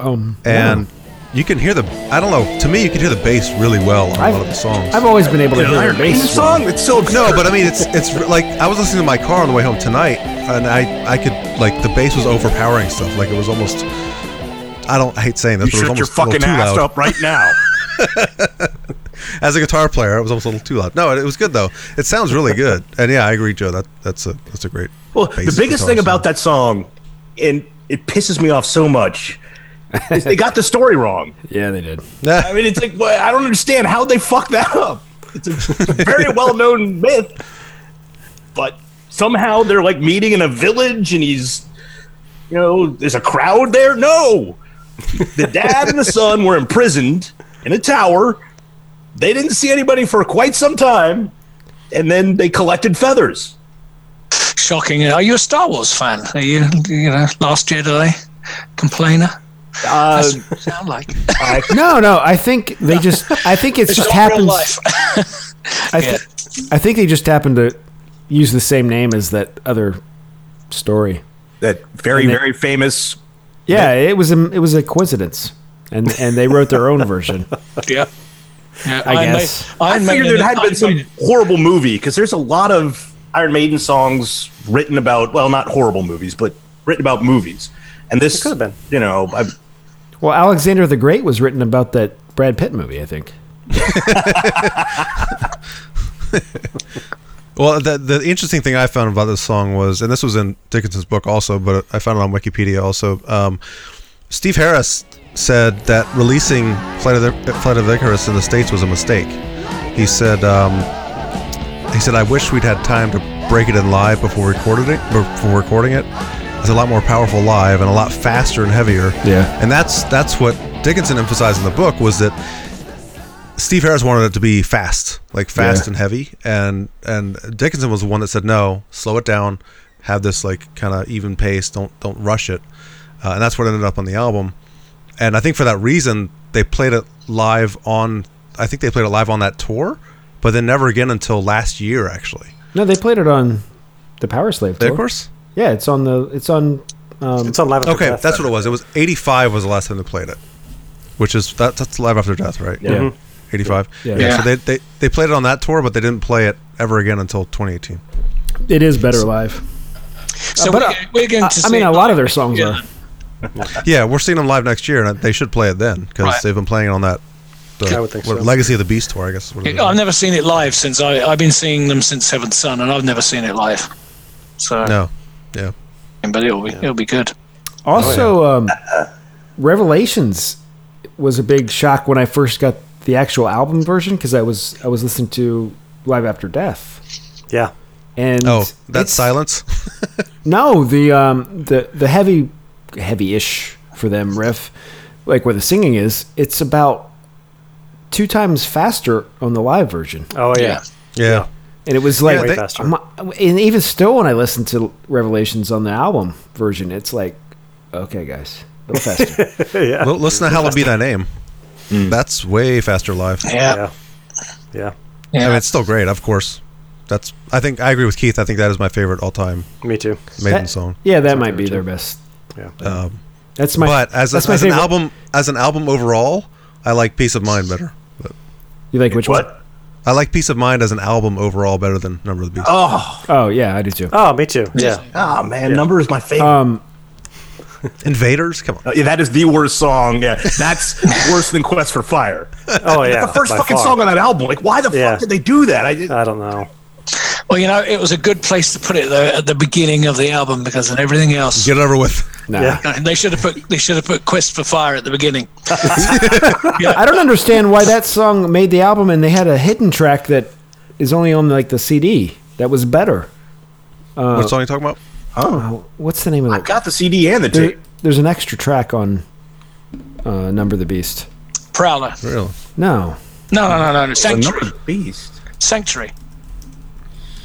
A: Um,
B: and you can hear the. I don't know. To me, you can hear the bass really well on a lot of the songs.
A: I've always been able to hear
D: Iron
A: the
D: Maiden
A: bass.
D: song? It's so good.
B: No, but I mean, it's it's r- like I was listening to my car on the way home tonight, and I I could like the bass was overpowering stuff. Like it was almost. I don't I hate saying this,
D: you
B: but it was
D: shut your
B: almost
D: fucking
B: a little too
D: ass
B: loud.
D: up right
B: [laughs]
D: now.
B: As a guitar player, it was almost a little too loud. No, it, it was good though. It sounds really good, and yeah, I agree, Joe. That that's a that's a great.
D: Well,
B: bass
D: the biggest
B: guitar
D: thing
B: song.
D: about that song, and it pisses me off so much, is they got the story wrong.
A: Yeah, they did.
B: [laughs]
D: I mean, it's like well, I don't understand how they fucked that up. It's a, it's a
A: [laughs]
D: very well-known myth, but somehow they're like meeting in a village, and he's, you know, there's a crowd there. No, the dad and the son were imprisoned in a tower. They didn't see anybody for quite some time, and then they collected feathers.
E: Shocking. Are you a Star Wars fan? Are you, you know, Last Jedi complainer?
A: Um,
D: Uh,
E: That's what you sound like.
A: No, no. I think they just. I think it's just
E: Not real
A: happens.
E: life.
A: [laughs] I, th- I think they just happened to use the same name as that other story.
D: that very
A: And they-
D: very famous
A: Yeah, it was a, it was a coincidence, and and they wrote their own version.
E: yeah. Yeah,
A: I
E: Iron Ma-
A: guess.
D: I
E: Iron
D: figured
E: Maiden-
D: there had
E: Iron
D: been some
E: Maiden-
D: horrible movie because there's a lot of Iron Maiden songs written about well, not horrible movies, but written about movies. And this
C: could have been.
D: you know, I,
A: Well, Alexander the Great was written about that Brad Pitt movie, I think.
B: Well, the the interesting thing I found about this song was, and this was in Dickinson's book also, but I found it on Wikipedia also. Um, Steve Harris said that releasing Flight of the, Flight of Icarus in the states was a mistake. He said, um, he said, I wish we'd had time to break it in live before recorded it. Before recording it, it's a lot more powerful live and a lot faster and heavier.
A: Yeah.
B: and that's that's what Dickinson emphasized in the book was that Steve Harris wanted it to be fast, like fast
A: Yeah.
B: and heavy, and and Dickinson was the one that said no, slow it down, have this like kind of even pace, don't don't rush it, uh, and that's what ended up on the album. And I think for that reason, they played it live on. I think they played it live on that tour, but but then never again until last year, actually.
A: No, they played it on the Power Slave tour.
B: Of course.
A: Yeah, it's on the. It's on. Um,
C: It's on live. After
B: Okay,
C: Death,
B: that's
C: then.
B: what it was. It was 85 was the last time they played it, which is that, that's live after death, right?
A: Yeah. Mhm.
B: 85.
A: Yeah.
B: Yeah.
E: Yeah.
B: So they, they they played it on that tour, but they didn't play it ever again until 2018.
A: it is better live.
E: So
A: but,
E: we're,
A: uh,
E: go- we're going
A: I,
E: to.
A: I
E: see
A: mean, a lot of their songs
E: Yeah.
A: are.
B: Yeah, we're seeing them live next year, and they should play it then because
E: Right.
B: they've been playing it on that. The,
C: I would think
B: what,
C: so.
B: Legacy of the Beast tour, I guess. Is what it is.
E: I've never seen it live since I, I've been seeing them since Seventh Son, and I've never seen it live. So,
B: no. Yeah.
E: but it'll be it'll be good.
A: Also,
B: Oh,
A: um, Revelations was a big shock when I first got the actual album version because I was I was listening to Live After Death
C: Yeah.
A: and
B: Oh, that
A: it's-
B: silence.
A: No, the um the the heavy heavy-ish for them riff, like where the singing is, it's about two times faster on the live version,
C: Oh yeah.
E: Yeah.
B: Yeah.
A: and it was like
B: Yeah,
C: Way
B: they-
C: faster.
A: I'm- and even still when I listen to Revelations on the album version, it's like okay guys, a little faster.
B: [laughs]
C: yeah.
B: L- listen to Hallowed Be Thy Name. That's way faster live.
E: Yeah,
C: Yeah. Yeah.
B: I
E: yeah.
B: mean, it's still great, of course. That's. I think I agree with Keith. I think that is my favorite all-time
C: Me too.
B: Maiden
A: That-
B: song.
A: Yeah, that might be their best.
C: Yeah.
B: Um,
A: That's my.
B: but as, a,
A: that's my
B: as an
A: favorite.
B: album, as an album overall, I like Peace of Mind better. But
A: you like which one?
D: What?
B: I like Peace of Mind as an album overall better than Number of the Beast.
D: Oh,
A: Oh yeah, I do too.
C: Oh, me too. Yeah.
D: ah, man, number is my favorite.
A: Um,
B: Invaders, come on.
D: Uh, yeah, that is the worst song. Yeah, that's worse than Quest for Fire.
C: Oh yeah.
D: the first
C: by
D: fucking
C: far.
D: song on that album. Like, why the
C: Yeah.
D: fuck did they do that? I did.
C: I don't know.
E: Well, you know, it was a good place to put it though at the beginning of the album because then everything else.
B: Get it over with.
A: nah.
C: Yeah.
E: They should have put they should have put Quest for Fire at the beginning.
A: I don't understand why that song made the album, and they had a hidden track that is only on like the CD that was better.
B: what song are you talking about?
A: Oh, what's the name of
D: I
A: it?
D: got the CD and the
A: There,
D: tape.
A: there's an extra track on uh, "Number of the Beast."
E: Prowler.
B: Really?
A: No,
E: No, no, no, no.
D: The number
E: Sanctuary.
D: of the beast.
E: Sanctuary.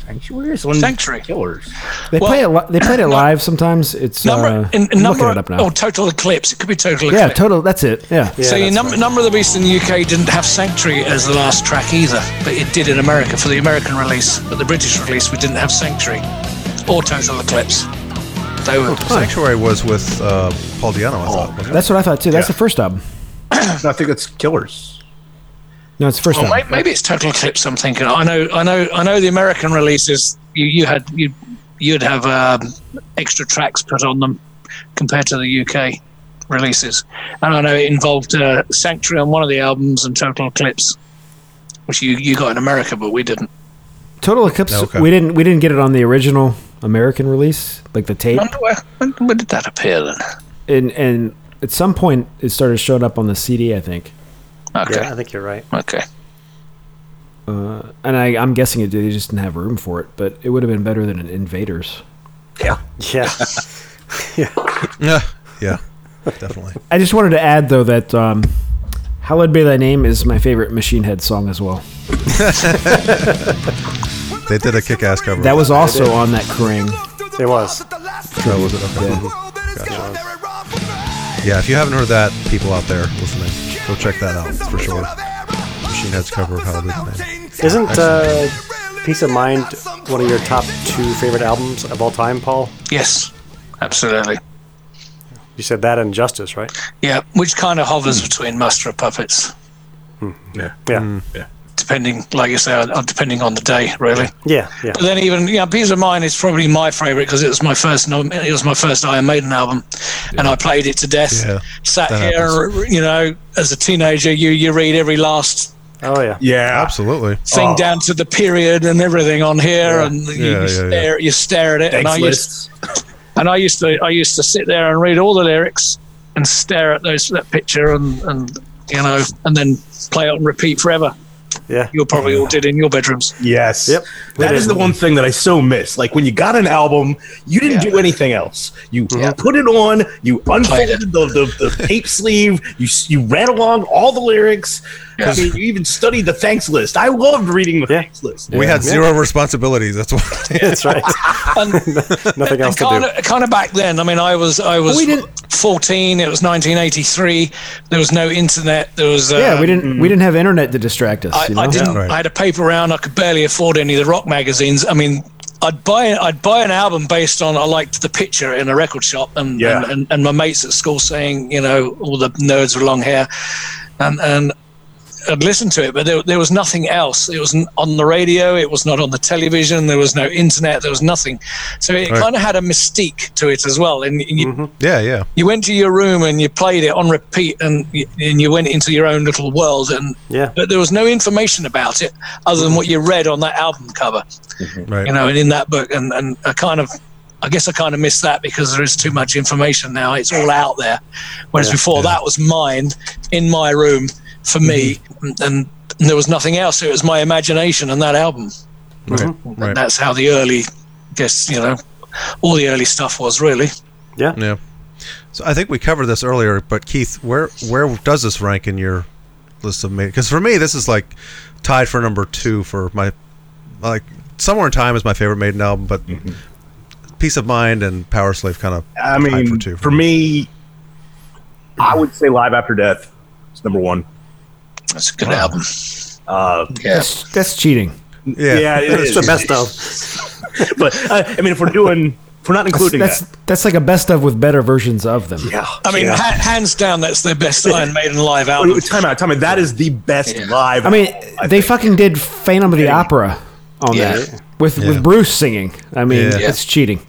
D: Sanctuary is one of the
E: Sanctuary.
D: killers.
A: they
E: Well,
A: play it. Li- they played it live sometimes. It's
E: Number
A: uh,
E: in,
A: I'm
E: number oh,
A: looking it up now.
E: or total eclipse. It could be total
A: yeah,
E: eclipse.
A: total. That's it. Yeah.
E: so
C: Yeah,
E: your
C: that's
E: num- number of the beast in the UK didn't have Sanctuary as the last track either, but it did in America for the American release. But the British release, we didn't have Sanctuary or Total Eclipse. They were
B: Oh, Sanctuary was with uh, Paul Diano, I thought. wasn't it?
A: That's what I thought too. That's the first album.
D: No, I think it's killers.
A: No, it's the first
E: Well,
A: album.
E: maybe, Oh, maybe it's Total Eclipse. I'm thinking. I know, I know, I know. The American releases, you, you had you you'd have um, extra tracks put on them compared to the UK releases, and I know it involved uh, Sanctuary on one of the albums and Total Eclipse, which you you got in America, but we didn't.
A: Total Eclipse.
B: Okay.
A: We didn't. We didn't get it on the original American release, like the tape.
E: I wonder where, when, when did that appear then?
A: and and at some point it started showing up on the CD, I think.
E: Okay,
C: Yeah, I think you're right.
E: okay.
A: And I, I'm guessing it did. They just didn't have room for it, but it would have been better than an Invaders.
C: Yeah.
B: Yeah, yeah, definitely.
A: I just wanted to add though that um, "Hallowed Be Thy Name" is my favorite Machine Head song as well.
B: They did a kick-ass cover.
A: That was also on that Kerrang.
C: It was.
B: That was it. Okay. Yeah, if you haven't heard that, people out there listening, go check that out it's for sure. Machine Head's cover of Halloween.
C: Isn't uh, Peace of Mind one of your top two favorite albums of all time, Paul?
E: Yes, absolutely.
C: You said that and Justice, right?
E: Yeah, which kind of hovers between Muster of Puppets,
C: Yeah.
D: Mm.
E: depending, like you say, uh, depending on the day, really.
C: Yeah. Yeah.
E: But then even yeah, Peace of Mind is probably my favorite because it was my first no- it was my first Iron Maiden album, and I played it to death.
B: Yeah,
E: Sat
B: that
E: here, you know, as a teenager, you you read every last
C: Oh yeah.
D: Yeah,
B: Absolutely.
E: thing down to the period and everything on here, and you,
B: Oh. Yeah,
E: you
B: yeah,
E: stare you stare at it. and I
D: Thanks,
E: used
D: lists.
E: and I used to I used to sit there and read all the lyrics and stare at those that picture and and you know and then play it and repeat forever.
C: Yeah.
E: You probably all did in your bedrooms.
D: Yes.
C: Yep.
D: That
C: It
D: is
C: is.
D: the one thing that I so miss. Like when you got an album, you didn't do anything else. You put it on, you
E: Played
D: unfolded
E: it.
D: the, the, the tape sleeve, you s- you read along all the lyrics, I mean, you even studied the thanks list. I loved reading the thanks list.
B: We had
C: Yeah.
B: zero responsibilities. That's why.
C: That's right. Nothing else to
E: kind
C: do.
E: of, kind of back then. I mean, I was I was
A: We didn't-
E: 14. It was 1983. There was no internet. There was
A: yeah,
E: um,
A: we didn't we didn't have internet to distract us.
E: I,
A: you
E: I
A: know?
E: didn't.
B: Yeah, right.
E: I had a paper round. I could barely afford any of the rock magazines. I mean, I'd buy I'd buy an album based on I liked the picture in a record shop, and
D: Yeah.
E: and, and, and my mates at school saying, you know, all the nerds with long hair, and and I'd listen to it, but there, there was nothing else. It wasn't on the radio. It was not on the television. There was no internet. There was nothing. So it
B: Right. Mm-hmm.
E: kind of had a mystique to it as well. And, and you,
B: [laughs] Yeah, yeah.
E: you went to your room and you played it on repeat and y- and you went into your own little world and
C: Yeah.
E: but there was no information about it other than what you read on that album cover
B: Right.
E: you know and in that book and and I kind of I guess I kind of miss that because there is too much information now it's all out there whereas before that was mine in my room for me and, and there was nothing else it was my imagination and that album
B: right.
E: and
B: Right.
E: that's how the early I guess you know all the early stuff was really
B: Yeah. So I think we covered this earlier, but Keith, where where does this rank in your list of major? Because for me, this is like tied for number two for my like somewhere in time is my favorite Maiden album, but Peace of Mind and Power Slave kind of
D: I
B: tied
D: mean,
B: for
D: for,
B: two
D: me, I would say Live After Death is number one.
E: that's a good album
A: that's, that's cheating.
B: yeah,
C: [laughs]
D: it
C: It's the best of.
D: but uh, I mean, if we're doing, if we're not including
A: That's
D: that,
A: that's like a best of with better versions of them.
D: yeah.
E: I mean,
D: yeah.
E: ha- hands down, that's their best Iron Maiden live
D: Wait,
E: album.
D: wait, Oh, time out, time out. That is the best live.
A: I mean,
D: album,
A: they
D: think.
A: fucking did Phantom of the Opera on
E: Yeah.
A: that with
B: Yeah.
A: with Bruce singing. I mean,
B: Yeah.
A: that's cheating.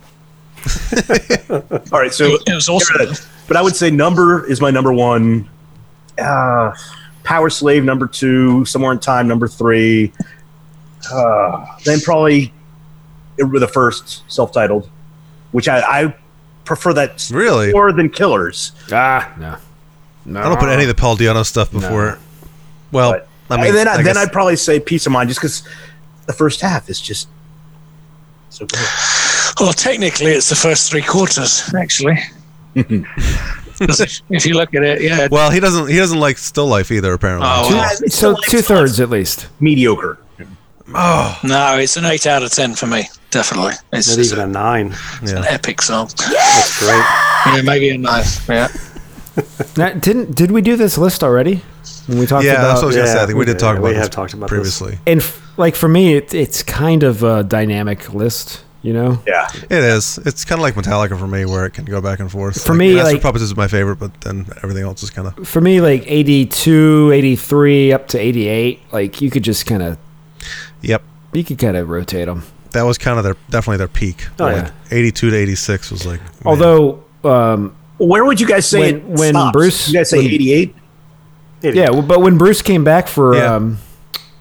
D: All right, so
E: It was awesome.
D: Yeah, But I would say number is my number one. Uh, Power Slave number two, Somewhere in Time number three. Uh, then probably it were the first self-titled, which I, I prefer that
B: Really?
D: more than Killers.
A: Ah, no, no.
B: I don't put any of the Paul Diano stuff before. Well,
D: But
B: I mean,
D: and then I,
B: I
D: then
B: guess-
D: I'd probably say Peace of Mind, just because the first half is just so
B: [sighs]
D: good.
E: Well, technically, it's the first three quarters, actually. 'Cause if, if you look at it, yeah.
B: well, he doesn't he doesn't like Still Life either apparently.
E: Oh, well,
D: It's
A: So
D: still-
A: two thirds at least.
D: mediocre.
E: no, it's an eight out of ten for me, definitely. It's,
C: Not
E: it's
C: even a nine.
E: an epic song.
C: That's great.
E: Yeah, maybe a nine. Yeah.
A: Now, didn't did we do this list already? When we talked
B: yeah,
A: about
B: that's what I was gonna
C: Yeah,
B: say. I think we
C: we
B: did
C: did.
B: talk
C: We
B: about.
C: have
B: this
C: talked about this.
B: previously.
A: and f- like for me, it, it's kind of a dynamic list. You know,
D: Yeah.
B: It is. It's kind of like Metallica for me, where it can go back and forth.
A: For me,
B: Master
A: like-
B: Puppets is my favorite, but then everything else is kind of
A: for me, like 82, 83, up to eighty eight. Like you could just kind of
B: yep.
A: you could kind of rotate them.
B: that was kind of their definitely their peak.
C: Oh,
B: like
A: yeah.
B: 82 to 86 was like man.
A: Although, um,
D: Where would you guys say
A: When-
D: it
A: when
D: stops?
A: Bruce-
D: You guys say
A: when-
D: eighty-eight.
A: yeah, well, but when Bruce came back for,
B: Yeah.
A: um,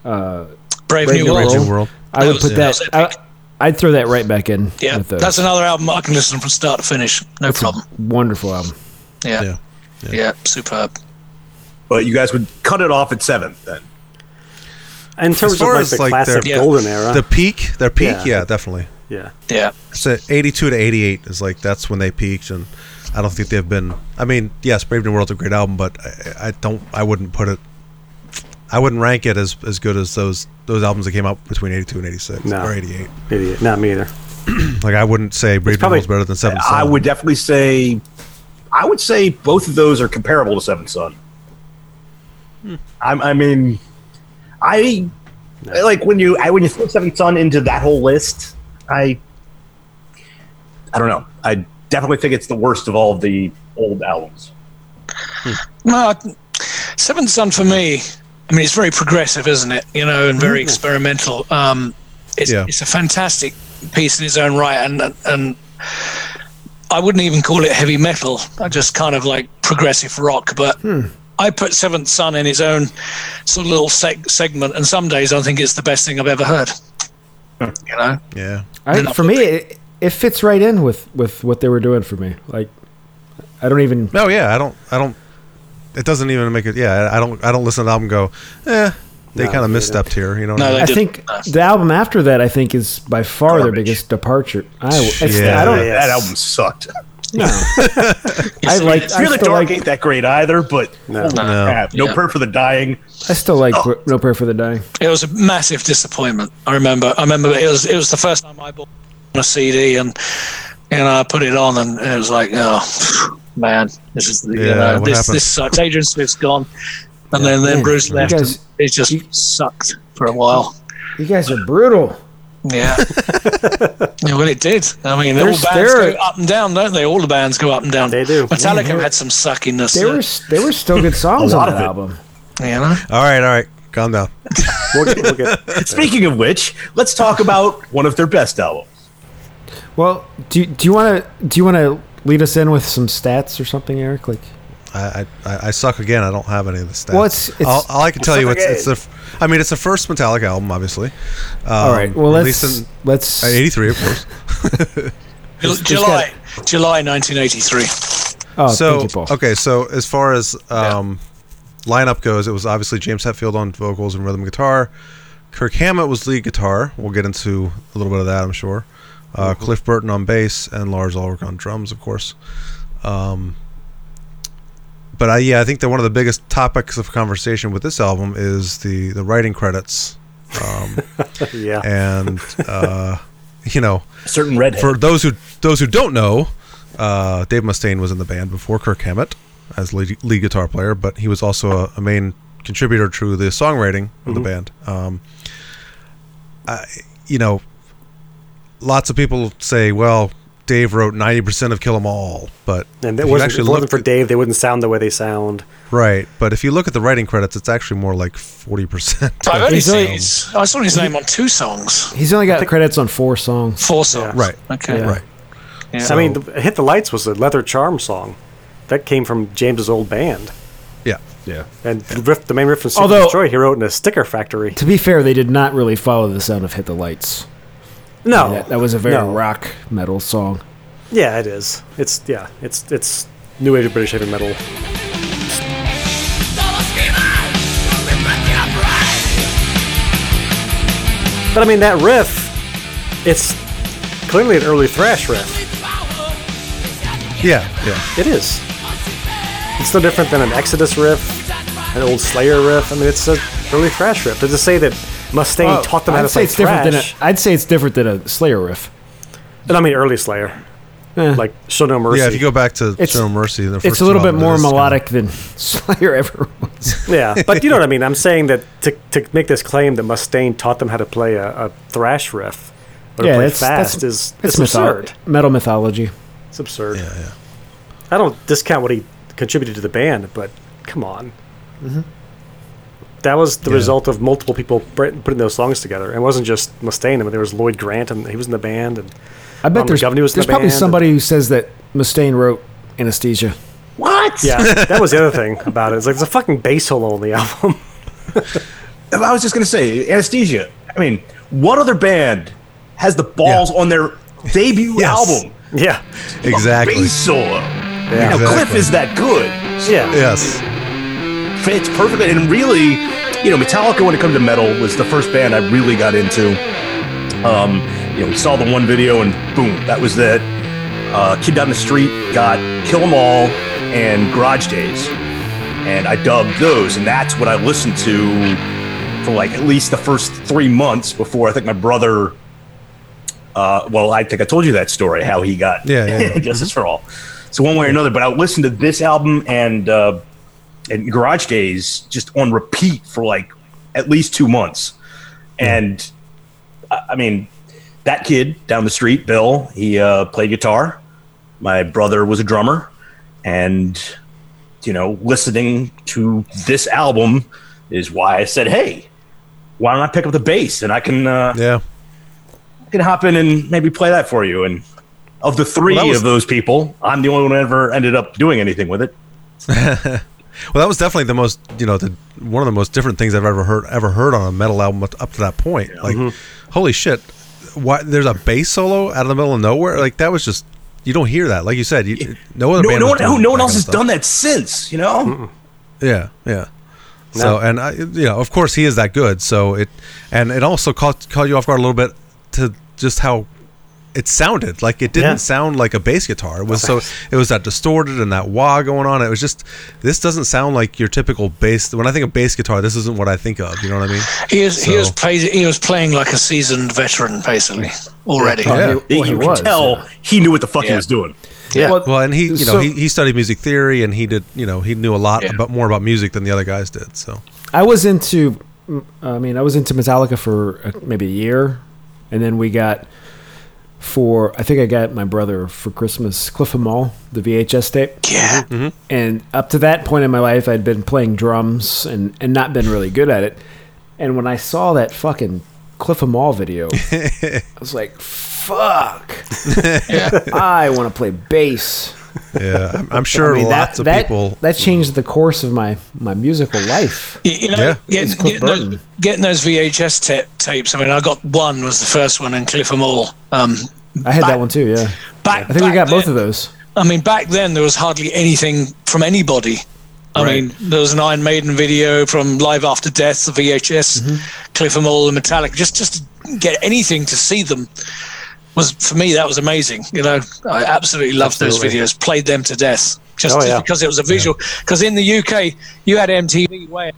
E: Brave,
A: Brave
E: New
A: New
E: World.
B: Brave New World.
A: I would
E: was-
A: put
E: that
A: that.
E: was
A: I, I'd throw that right back in.
E: Yeah,
A: with those.
E: that's another album I can listen from start to finish. No problem.
A: wonderful album.
E: Yeah.
B: Yeah.
E: yeah. superb.
D: But you guys would cut it off at seventh then.
C: In terms of
B: far
C: like
B: as,
C: the
B: like,
C: classic
E: their-
C: golden era.
B: The peak, their peak, yeah,
C: Yeah.
B: definitely.
C: yeah.
E: Yeah,
B: So 82 to 88 is like that's when they peaked, and I don't think they've been. I mean, yes, Brave New World's a great album, but I, I don't. I wouldn't put it. I wouldn't rank it as, as good as those those albums that came out between 82 and 86
C: No.
B: or 88.
C: Idiot. Not me either.
B: Like I wouldn't say Brave New
C: probably-
B: World's better than Seven.
D: I
B: Son.
D: would definitely say, I would say both of those are comparable to Seventh Son. I'm, I mean, I I like when you I, when you throw Seventh Son into that whole list. I I don't know. I definitely think it's the worst of all the old albums.
E: No, I- Seventh Son for me. I mean, it's very progressive, isn't it? You know, and very experimental. Um, it's
B: Yeah.
E: it's a fantastic piece in its own right, and and I wouldn't even call it heavy metal. I just kind of like progressive rock, but. I put Seventh Son in his own sort of little seg- segment, and some days I think it's the best thing I've ever heard. You know,
B: Yeah.
A: I, for me, it, it fits right in with with what they were doing for me. Like, I don't even.
B: No, yeah, I don't. I don't. It doesn't even make it. Yeah, I I don't. I don't listen to the album. And go. Eh, they kind of misstepped here. You know. what I mean?
E: No, they
A: I
E: did-
A: think the album after that, I think, is by far their biggest departure. I, it's,
B: Yeah.
A: I don't.
B: Yes.
D: That album sucked.
C: [laughs]
A: No. I like. I
D: Fear the
A: still
D: Dark
A: like.
D: ain't that great either, but no,
B: No.
D: no
E: Yeah.
D: prayer for the dying.
A: I still like.
C: Oh.
A: No prayer for the dying.
E: It was a massive disappointment. I remember. I remember it was it was the first time I bought on a CD, and and I put it on, and it was like, oh [sighs] man, this is the,
B: Yeah,
E: you know
B: what
E: this
B: happened?
E: this sucks. Adrian Smith's gone, and then then
A: man,
E: Bruce
A: you
E: left.
A: guys-
E: and it just
A: you-
E: sucked for a while.
A: You guys are brutal.
E: Yeah. yeah, well, it did. I mean, all
A: There's-
E: bands
A: there-
E: go up and down, don't they? All the bands go up and down.
C: They do.
E: Metallica had some suckiness.
A: There
E: uh,
A: were there were still good
C: [laughs]
A: songs on that album.
E: you know?
B: All right, all right. Calm down.
C: We'll get, we'll get,
D: Speaking of which, let's talk about one of their best albums.
A: Well, do do you want to do you want to lead us in with some stats or something, Eric? Like,
B: I, I, I suck again. I don't have any of the stats.
A: Well, it's- it's-
B: all, all I can tell you,
D: suck
B: it's, it's the. f- I mean, it's the first Metallic album, obviously. Um, all
A: well, let's
B: released in
A: let's.
B: uh, '83, of course.
E: Ju- July, July 1983.
A: oh,
B: so
A: thank you, Paul.
B: okay, so as far as um, lineup goes, it was obviously James Hetfield on vocals and rhythm guitar. Kirk Hammett was lead guitar. We'll get into a little bit of that, I'm sure. Uh, Cliff Burton on bass and Lars Ulrich on drums, of course. Um, but I, yeah, I think that one of the biggest topics of conversation with this album is the the writing credits, um,
C: yeah.
B: and uh, you know,
D: A certain redhead.
B: for those who those who don't know, uh, Dave Mustaine was in the band before Kirk Hammett as lead, lead guitar player, but he was also a, a main contributor to the songwriting
C: Mm-hmm.
B: of the band. Um, I, you know, lots of people say, "Well, Dave wrote ninety percent of Kill 'Em All," but
C: And that
B: if you
C: wasn't, if it wasn't
B: look
C: for
B: at-
C: Dave, they wouldn't sound the way they sound.
B: right? But if you look at the writing credits, it's actually more like forty percent.
E: I've only
A: He's
E: seen
A: only-
E: his, I saw his name on two songs,
A: He's only got credits on four songs.
E: four songs.
B: Right.
E: Okay.
B: Right.
C: I mean, the, Hit the Lights was a Leather Charm song. That came from James's old band.
B: Yeah.
A: Yeah.
C: And the, riff, the main riff from Super
A: Although-
C: Destroy he wrote in a sticker factory.
A: To be fair, they did not really follow the sound of "Hit the Lights."
C: No.
A: That, that was a very
C: Oh, no.
A: rock metal song.
C: Yeah, it is. It's, yeah, it's, it's new age of British heavy metal. But I mean, that riff, it's clearly an early thrash riff.
B: Yeah. Yeah.
C: It is. It's no different than an Exodus riff, an old Slayer riff. I mean, it's a early thrash riff. But to say that Mustaine
A: Oh,
C: taught them how
A: I'd
C: to
A: say
C: play
A: it's different than a,
C: thrash,
A: I'd say it's different than a Slayer riff.
C: and I mean early Slayer,
A: Eh.
C: like Show No Mercy.
B: Yeah, if you go back to
A: It's-
B: Show 'Em Mercy, the first
A: It's a little
B: two
A: bit
B: albums,
A: more
B: it's kinda-
A: melodic than [laughs] Slayer ever was.
C: Yeah, but you know what I mean. I'm saying that to, to make this claim that Mustaine taught them how to play a, a thrash riff or to play fast is it's,
A: mytho-
C: absurd.
A: metal mythology.
C: It's absurd.
B: Yeah, yeah.
C: I don't discount what he contributed to the band, but come on. Mm-hmm. That was the
B: Yeah.
C: result of multiple people br- putting those songs together. It wasn't just Mustaine. I mean, there was Lloyd Grant, and he was in the band. And
A: I bet
C: Ron
A: there's,
C: McGovney was in
A: there's
C: the
A: probably
C: band.
A: somebody who says that Mustaine wrote Anesthesia.
D: what?
C: yeah, [laughs] that was the other thing about it. It's like there's a fucking bass solo on the [laughs] album.
D: I was just gonna say, Anesthesia. I mean, what other band has the balls on their debut
B: Yes.
D: album?
C: yeah,
B: Exactly.
D: Bass solo. Now,
B: Exactly.
D: Cliff is that good.
C: yeah,
B: Yes.
D: fits perfectly. And really, you know, Metallica, when it comes to metal, was the first band I really got into. Um, you know, we saw the one video and boom, that was that. Uh, Kid down the street got Kill 'Em All and Garage Days, and I dubbed those, and that's what I listened to for like at least the first three months before I think my brother. Uh, well, I think I told you that story how he got
B: Yeah, yeah,
D: [laughs]
B: yeah.
D: Justice for All. So one way or another, but I listened to this album and uh, and Garage Days just on repeat for like at least two months.
B: Hmm.
D: And I I mean, that kid down the street, Bill, he uh, played guitar. My brother was a drummer, and you know, listening to this album is why I said, "Hey, why don't I pick up the bass and I can uh,
B: Yeah.
D: I can hop in and maybe play that for you?" And of the three
B: Well, that was-
D: of those people, I'm the only one who ever ended up doing anything with it.
B: Well, that was definitely the most, you know, the one of the most different things I've ever heard ever heard on a metal album up up to that point. Like,
D: Mm-hmm.
B: holy shit, why there's a bass solo out of the middle of nowhere? Like that was just you don't hear that. Like you said, you, no other
D: No,
B: band.
D: no
B: was
D: one,
B: doing
D: who- no one
B: that
D: else
B: kind of
D: has
B: stuff.
D: done that since, you know.
B: Yeah, yeah. So and I, you know, of course he is that good. So it and it also caught caught you off guard a little bit to just how it sounded like it didn't
C: Yeah.
B: sound like a bass guitar. It was so it was that distorted and that wah going on. It was just this doesn't sound like your typical bass. When I think of bass guitar, this isn't what I think of. You know what I mean?
E: He was he
B: So-
E: was playing he was playing like a seasoned veteran basically already.
B: Yeah. Oh,
D: You
A: he
D: can
A: was,
D: tell he knew what the fuck he
E: Yeah.
D: was doing.
C: Yeah.
A: Well,
B: Well, and he, you
A: So-
B: know, he, he studied music theory, and he did, you know, he knew a lot
E: Yeah.
B: about more about music than the other guys did. So
A: I was into, I mean, I was into Metallica for uh, maybe a year, and then we got for I think I got my brother for Christmas Cliff and Mall the VHS tape,
E: Yeah.
A: and up to that point in my life, I'd been playing drums and and not been really good at it, and when I saw that fucking Cliff and Mall
B: [laughs]
A: video, I was like, fuck, I want to play bass.
B: yeah, I'm, I'm
A: [laughs]
B: sure
A: I mean,
B: lots of
A: that,
B: people.
A: that changed the course of my my musical life.
E: You, you know,
B: Yeah.
A: It's
E: getting,
A: Cliff
E: getting, those,
A: Burton.
E: getting those VHS ta- tapes. I mean, I got one was the first one, and Cliff Amore. Um,
A: I had
E: back-
A: that one too. Yeah,
E: Back,
A: I think we
E: back
A: got both
E: then-
A: of those.
E: I mean, back then there was hardly anything from anybody. I
A: Right.
E: mean, there was an Iron Maiden video from Live After Death, the VHS, Cliff Amore, the Metallica. Just, just to get anything to see them was for me that was amazing. You know, I absolutely loved
C: Absolutely.
E: those videos. Played them to death just,
C: Oh,
E: just
C: yeah.
E: because it was a visual. Because in the UK, you had MTV. Way,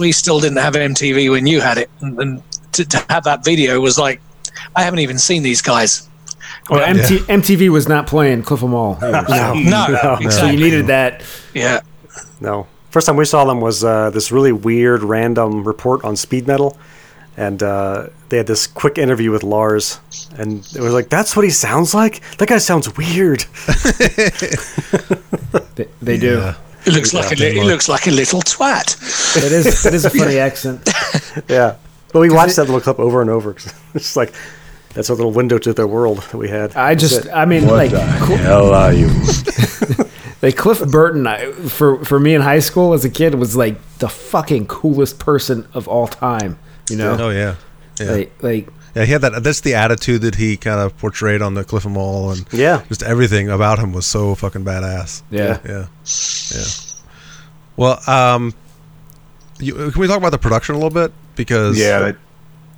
E: we still didn't have MTV when you had it, and, and to, to have that video was like, I haven't even seen these guys.
A: Well, MT- MTV was not playing Cliff
B: [laughs]
A: Mall.
C: No,
E: No,
A: so you
E: exactly.
A: needed that.
E: Yeah.
C: No. First time we saw them was uh, this really weird random report on speed metal. And uh, they had this quick interview with Lars. And it was like, that's what he sounds like? That guy sounds weird.
A: They, they do.
E: He looks like a li- he looks like a little twat.
A: It is. It is a funny accent.
C: yeah. But we watched that little clip over and over. [laughs] it's like, that's a little window to their world that we had.
A: I just. I mean, like Cl-
J: Hell are you?
A: like Cliff Burton I, for for me in high school as a kid was like the fucking coolest person of all time. You know,
B: Oh yeah, yeah.
A: like like
B: Yeah, he had that. That's the attitude that he kind of portrayed on the Cliff and Wall, and
C: Yeah.
B: just everything about him was so fucking badass.
A: Yeah.
B: yeah, yeah. Well, um, you, can we talk about the production a little bit because
D: Yeah, that,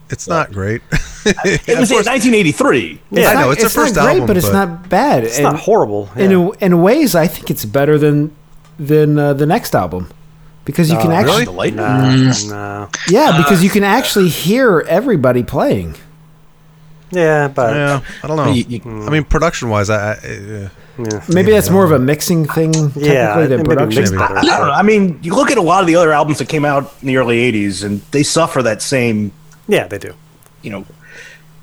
B: it's not great. [laughs]
D: it was in 1983.
B: I know
A: not-
B: it's, their first
A: not
B: album,
A: but it's not bad.
C: It's not horrible.
A: in
C: yeah.
A: a, in ways, I think it's better than than uh, the next album because you
C: Uh,
A: can actually
B: really?
D: Delight.
C: Nah, nah.
A: yeah because you can actually hear everybody playing.
C: Yeah, but
B: Yeah, I don't know.
D: You- you-
B: I mean, production-wise, I, I yeah.
A: Maybe that's more of a mixing thing technically
C: yeah,
A: than
C: it maybe
A: production.
C: mixed better.
D: I don't know. I mean, you look at a lot of the other albums that came out in the early 80s, and they suffer that same,
C: Yeah, they do.
D: you know,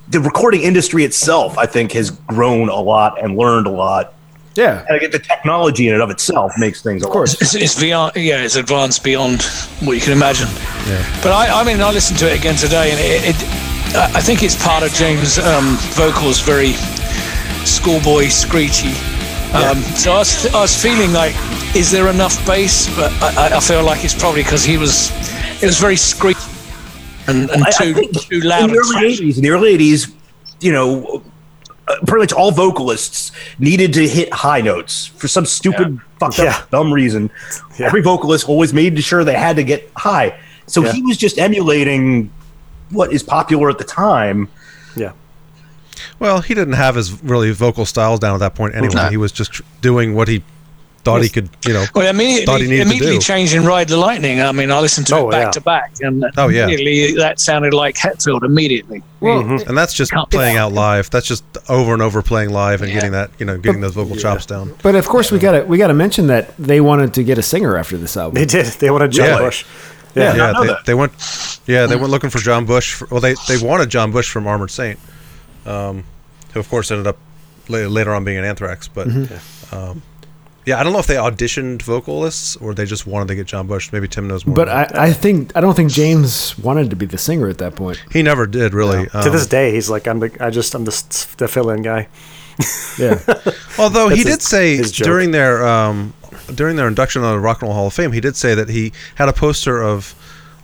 D: the recording industry itself, I think, has grown a lot and learned a lot.
A: Yeah.
D: And I get the technology in and of itself makes things, of course.
E: It's, it's VR, yeah, it's advanced beyond what you can imagine. But I, I mean, I listened to it again today, and it, it I I think it's part of James' um, vocals, very schoolboy screechy. Um, So I was, I was feeling like, is there enough bass? But I, I- I feel like it's probably because he was, it was very screechy and, and
D: [laughs] I- I
E: too
D: think
E: too loud.
D: In the
E: and
D: early
E: trashy.
D: eighties, in the early eighties, you know, uh, pretty much all vocalists needed to hit high notes for some stupid, fucked up,
C: Yeah.
D: dumb reason.
C: Yeah.
D: Every vocalist always made sure they had to get high. So
C: Yeah.
D: he was just emulating what is popular at the time.
C: Yeah.
B: Well, he didn't have his really vocal styles down at that point anyway.
E: No.
B: He was just tr- doing what he thought he could, you know. thought
E: Well,
B: he
E: immediately,
B: needed to
E: immediately
B: do.
E: changing Ride the Lightning. I mean, I listened to
C: Oh,
E: it back
C: yeah.
E: to back, and
B: Oh, yeah.
E: immediately that sounded like Hetfield immediately.
A: Well,
B: And that's just
E: Can't-
B: playing out live. That's just over and over playing live and getting that, you know, getting those vocal chops down.
A: but of course we got to we got to mention that they wanted to get a singer after this album.
C: They did. [laughs] They wanted John
B: Yeah.
C: Bush.
B: Yeah,
D: I know
B: they,
D: that.
B: they went. Yeah, they went looking for John Bush. For, well, they they wanted John Bush from Armored Saint, um, who of course ended up la- later on being an Anthrax. But um, yeah, I don't know if they auditioned vocalists or they just wanted to get John Bush. Maybe Tim knows more.
A: But
B: about
A: I, I think I don't think James wanted to be the singer at that point.
B: it. he never did really.
C: to
B: um,
C: this day, he's like, I'm the, I just, I'm the, s- the fill-in guy.
B: [laughs]
A: Yeah.
B: Although he
C: That's
B: did
C: his-
B: say
C: his joke.
B: during their um, during their induction on the Rock and Roll Hall of Fame, he did say that he had a poster of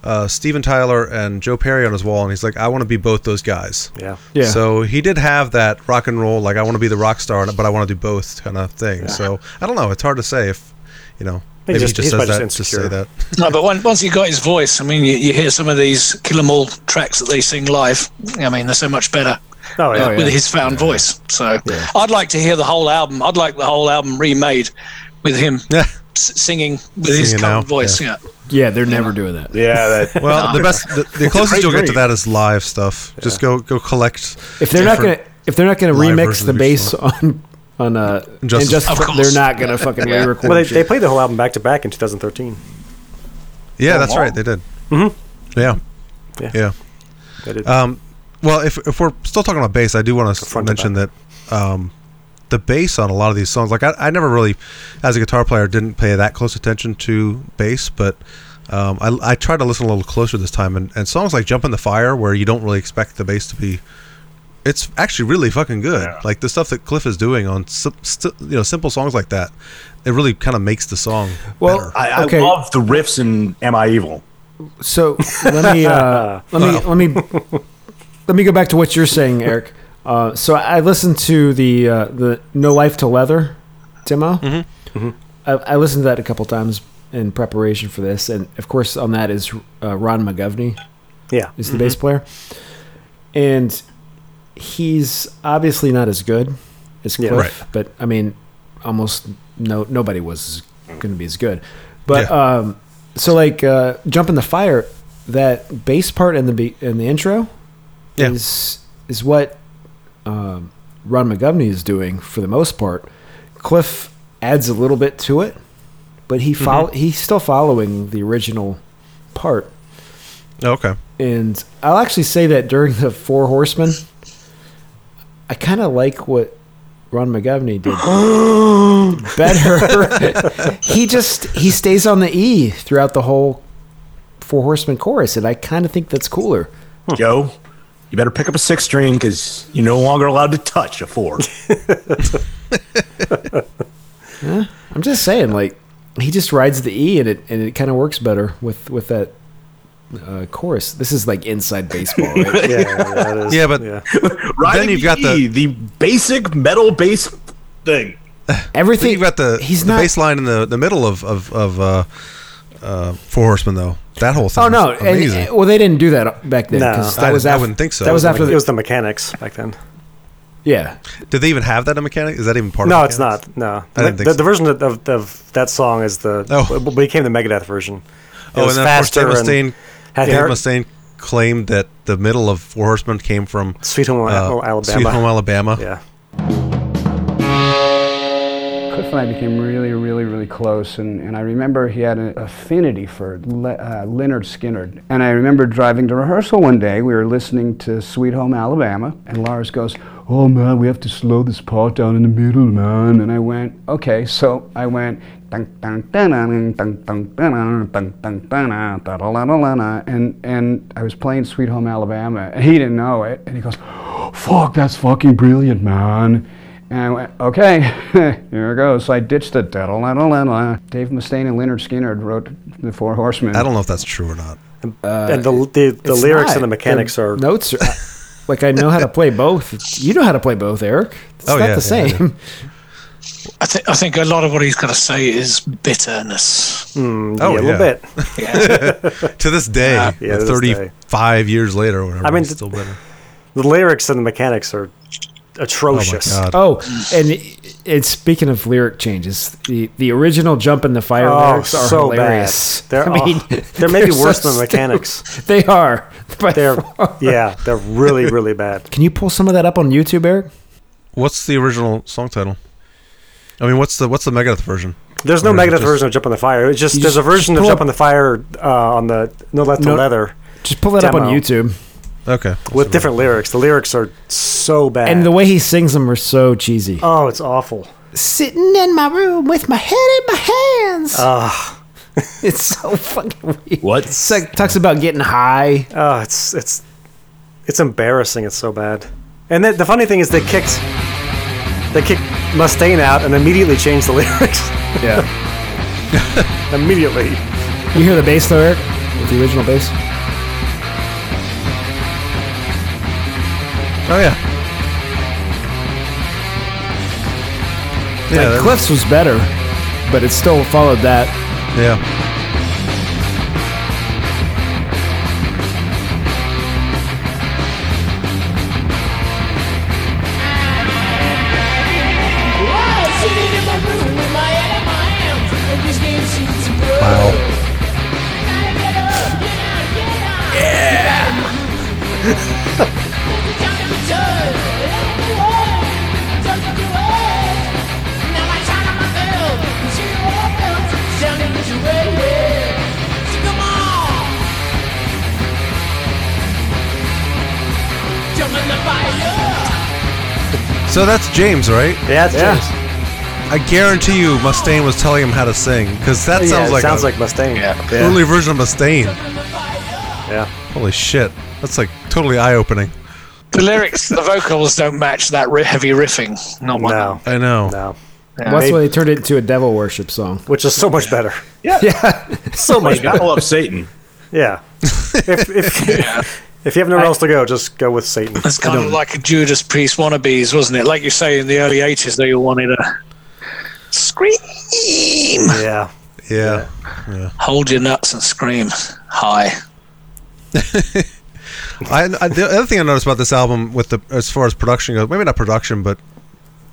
B: uh, Steven Tyler and Joe Perry on his wall, and he's like, "I want to be both those guys."
C: Yeah.
A: Yeah.
B: So he did have that rock and roll, like I want to be the rock star, but I want to do both kind of thing. So I don't know. It's hard to say if you know.
C: He
B: Maybe
C: just-
B: he
C: he's
B: just says
C: probably just
B: that. Just say
C: insecure. [laughs]
B: that.
E: No, but once once he got his voice, I mean, you, you hear some of these Kill 'Em All tracks that they sing live. I mean, they're so much better.
C: Oh, yeah.
E: uh, with his found voice. So I'd like to hear the whole album. I'd like the whole album remade with him
B: Yeah.
E: s- singing with his
B: Singing
E: common
B: now,
E: voice. Yeah.
A: Yeah, they're never doing that.
D: Yeah, [laughs] that,
B: Well, the best, the, the closest
D: great
B: you'll get to
D: dream.
B: that is live stuff. Just go, go collect.
A: If they're not gonna
B: different-
A: if they're not gonna
B: live
A: remix
B: versions
A: the
B: of
A: bass
B: each
A: on on uh
B: Injustice.
A: Injustice,
E: Of course.
A: they're not gonna fucking re-record.
C: Well, they,
A: shit.
C: they played the whole album back to back in 2013.
B: yeah, that's right, they did. Mm-hmm. Yeah,
C: Yeah.
B: yeah.
C: They did.
B: Um, well, if, if we're still talking about bass, I do want to
C: front to
B: mention that um, the bass on a lot of these songs, like I, I never really, as a guitar player, didn't pay that close attention to bass, but um, I, I tried to listen a little closer this time. And, and songs like Jump in the Fire, where you don't really expect the bass to be, it's actually really fucking good. Like the stuff that Cliff is doing on sim- st- you know simple songs like that, it really kind of makes the song
A: Well,
B: better.
D: I, I
A: Okay.
D: love the riffs in "Am I Evil."
A: So let me
B: [laughs]
A: uh, let me let me let me go back to what you're
B: [laughs]
A: saying, Eric. Uh, so I listened to the uh, the No Life to Leather demo. Mm-hmm. I, I listened to that a couple times in preparation for this, and of course on that is uh, Ron McGovney
C: yeah.
A: is the bass player, and he's obviously not as good as Cliff,
C: Yeah.
B: Right.
A: but I mean, almost no nobody was going to be as good. But um, so like uh, jump in the fire, that bass part in the be- in the intro
B: Yeah.
A: is is what um, Ron McGovney is doing for the most part. Cliff adds a little bit to it, but he
B: Mm-hmm.
A: follow- he's still following the original part
B: okay,
A: and I'll actually say that during the Four Horsemen, I kind of like what Ron McGovney
B: [gasps]
A: did better. [laughs] he just he stays on the E throughout the whole Four Horsemen chorus, and I kind of think that's cooler.
D: Joe, you better pick up a six string because you're no longer allowed to touch a four.
A: I'm just saying, like he just rides the E, and it and it kind of works better with with that. Uh, chorus. This is like inside baseball,
B: [laughs]
A: right?
C: Yeah, yeah, that is-
B: Yeah, but-
C: yeah.
D: Riding
B: you've got the-
D: E, the basic metal bass thing.
A: Everything.
B: think about the
A: he's
B: the
A: not.
B: bass line in the, the middle of of, of uh, uh, Four Horsemen though. That whole thing.
A: oh no!
B: is
A: and-
B: amazing.
C: uh,
A: well, they didn't do that back then.
C: No,
A: 'cause that
B: I-
A: was
B: I
A: af-
B: wouldn't think so.
A: That was after
C: it
A: the
C: was the mechanics back then.
A: yeah.
B: Did they even have that in mechanic? Is that even part?
C: No,
B: of
C: it's
B: Mechanics?
C: not. No,
B: I didn't
C: the,
B: think
C: the version of, of, of that song is the
B: Oh.
C: w- w- became the Megadeth version. It
B: Oh,
C: was
B: and then of course, Dave
C: faster
B: Mustaine,
C: and had
B: Dave
C: hair-
B: Mustaine claimed that the middle of Four Horsemen came from uh,
C: Sweet Home Al- Alabama.
B: Oh, Sweet Home Alabama.
C: Yeah,
K: Cliff and I became really, really, really close, and, and I remember he had an affinity for Le, uh, Leonard Skinner. And I remember driving to rehearsal one day, we were listening to Sweet Home Alabama, and Lars goes, Oh man, we have to slow this part down in the middle, man. And I went, Okay, so I went, dun, dun, dun, dun, dun, dun, dun, dun, dun, dun, dun, dun, da, da, la, la, la, la. and and I was playing Sweet Home Alabama, and he didn't know it, and he goes, Fuck, that's fucking brilliant, man. And I went, okay, [laughs] here it goes. So I ditched it. Da-da-la-la-la-la. Dave Mustaine and Leonard Skinner wrote The Four Horsemen.
B: I don't know if that's true or not.
C: and the the, the
A: Uh, It's
C: lyrics
A: not.
C: and the mechanics are
A: notes. Are, [laughs] like I know how to play both. You know how to play both, Eric. It's
B: Oh,
A: not
B: yeah,
A: the
B: yeah,
A: same.
B: I
E: I think I think a lot of what he's going to say is bitterness.
C: yeah,
B: Oh,
C: a little
B: yeah.
C: bit.
B: To this day,
C: yeah, to this day.
B: thirty-five years later, or whatever.
C: I mean,
B: it's still better.
C: The lyrics and the mechanics are
B: Oh my
C: atrocious.
A: [laughs]
B: god!
A: Oh, and it's speaking of lyric changes. The the original "Jump in the Fire"
C: Oh,
A: lyrics are
C: so bad.
A: hilarious. [laughs]
C: They're
A: I mean,
C: all- [laughs] they're maybe
A: so
C: worse than the
A: stupid.
C: mechanics.
A: They are. [laughs] But
C: They're yeah, they're really really bad.
A: can you pull some of that up on YouTube, Eric?
B: What's the original song title? I mean, what's the what's the Megadeth version?
C: There's no
B: Or is it
C: Megadeth
B: just-
C: version of Jump on the Fire. It's just
A: You
C: there's a
A: just-
C: version
A: just
C: of
A: pull
C: Jump
A: up-
C: on the Fire uh, on the No Left No
A: No-
C: Leather
A: Just pull that up on
C: Demo.
A: YouTube.
B: Okay,
C: with different lyrics. The lyrics are so bad.
A: And the way he sings them are so cheesy.
C: oh, it's awful.
A: Sitting in my room with my head in my hands. [laughs] it's so fucking weird.
D: What?
A: It's like, talks about getting high.
C: Oh, it's it's it's embarrassing. It's so bad. And the, the funny thing is they kicked they kicked Mustaine out and immediately changed the [laughs] lyrics.
A: Yeah.
C: [laughs] immediately.
A: you hear the bass though, Eric? With the original bass?
B: Oh yeah. Yeah,
A: Like,
B: that-
A: Cliff's was better, but it still followed that.
B: yeah. So that's James, right?
C: Yeah, that's
A: Yeah.
C: James.
B: I guarantee you Mustaine was telling him how to sing because that
C: Yeah,
B: sounds
C: it
B: like
C: sounds
B: a
C: like Mustaine. Yeah.
B: early version of Mustaine.
C: Yeah.
B: Holy shit. That's like totally eye opening.
E: The lyrics, the vocals don't match that ri- heavy riffing. Not one.
C: No.
B: I know.
C: No.
A: Well, that's why they turned it into a devil worship song.
C: Which is so much better.
D: Yeah.
A: Yeah.
C: So much
D: Like, I
C: better.
D: love Satan.
B: [laughs]
C: Yeah. if, if, [laughs] if you have nowhere else to go, just go with Satan.
B: [laughs]
E: It's kind of like a Judas Priest wannabes, wasn't it? Like you say, in the early 80s, they all wanted a scream.
C: Yeah.
B: Yeah.
E: Hold your nuts and scream. Hi.
B: I, I- the other thing I noticed about this album, with the as far as production goes, maybe not production, but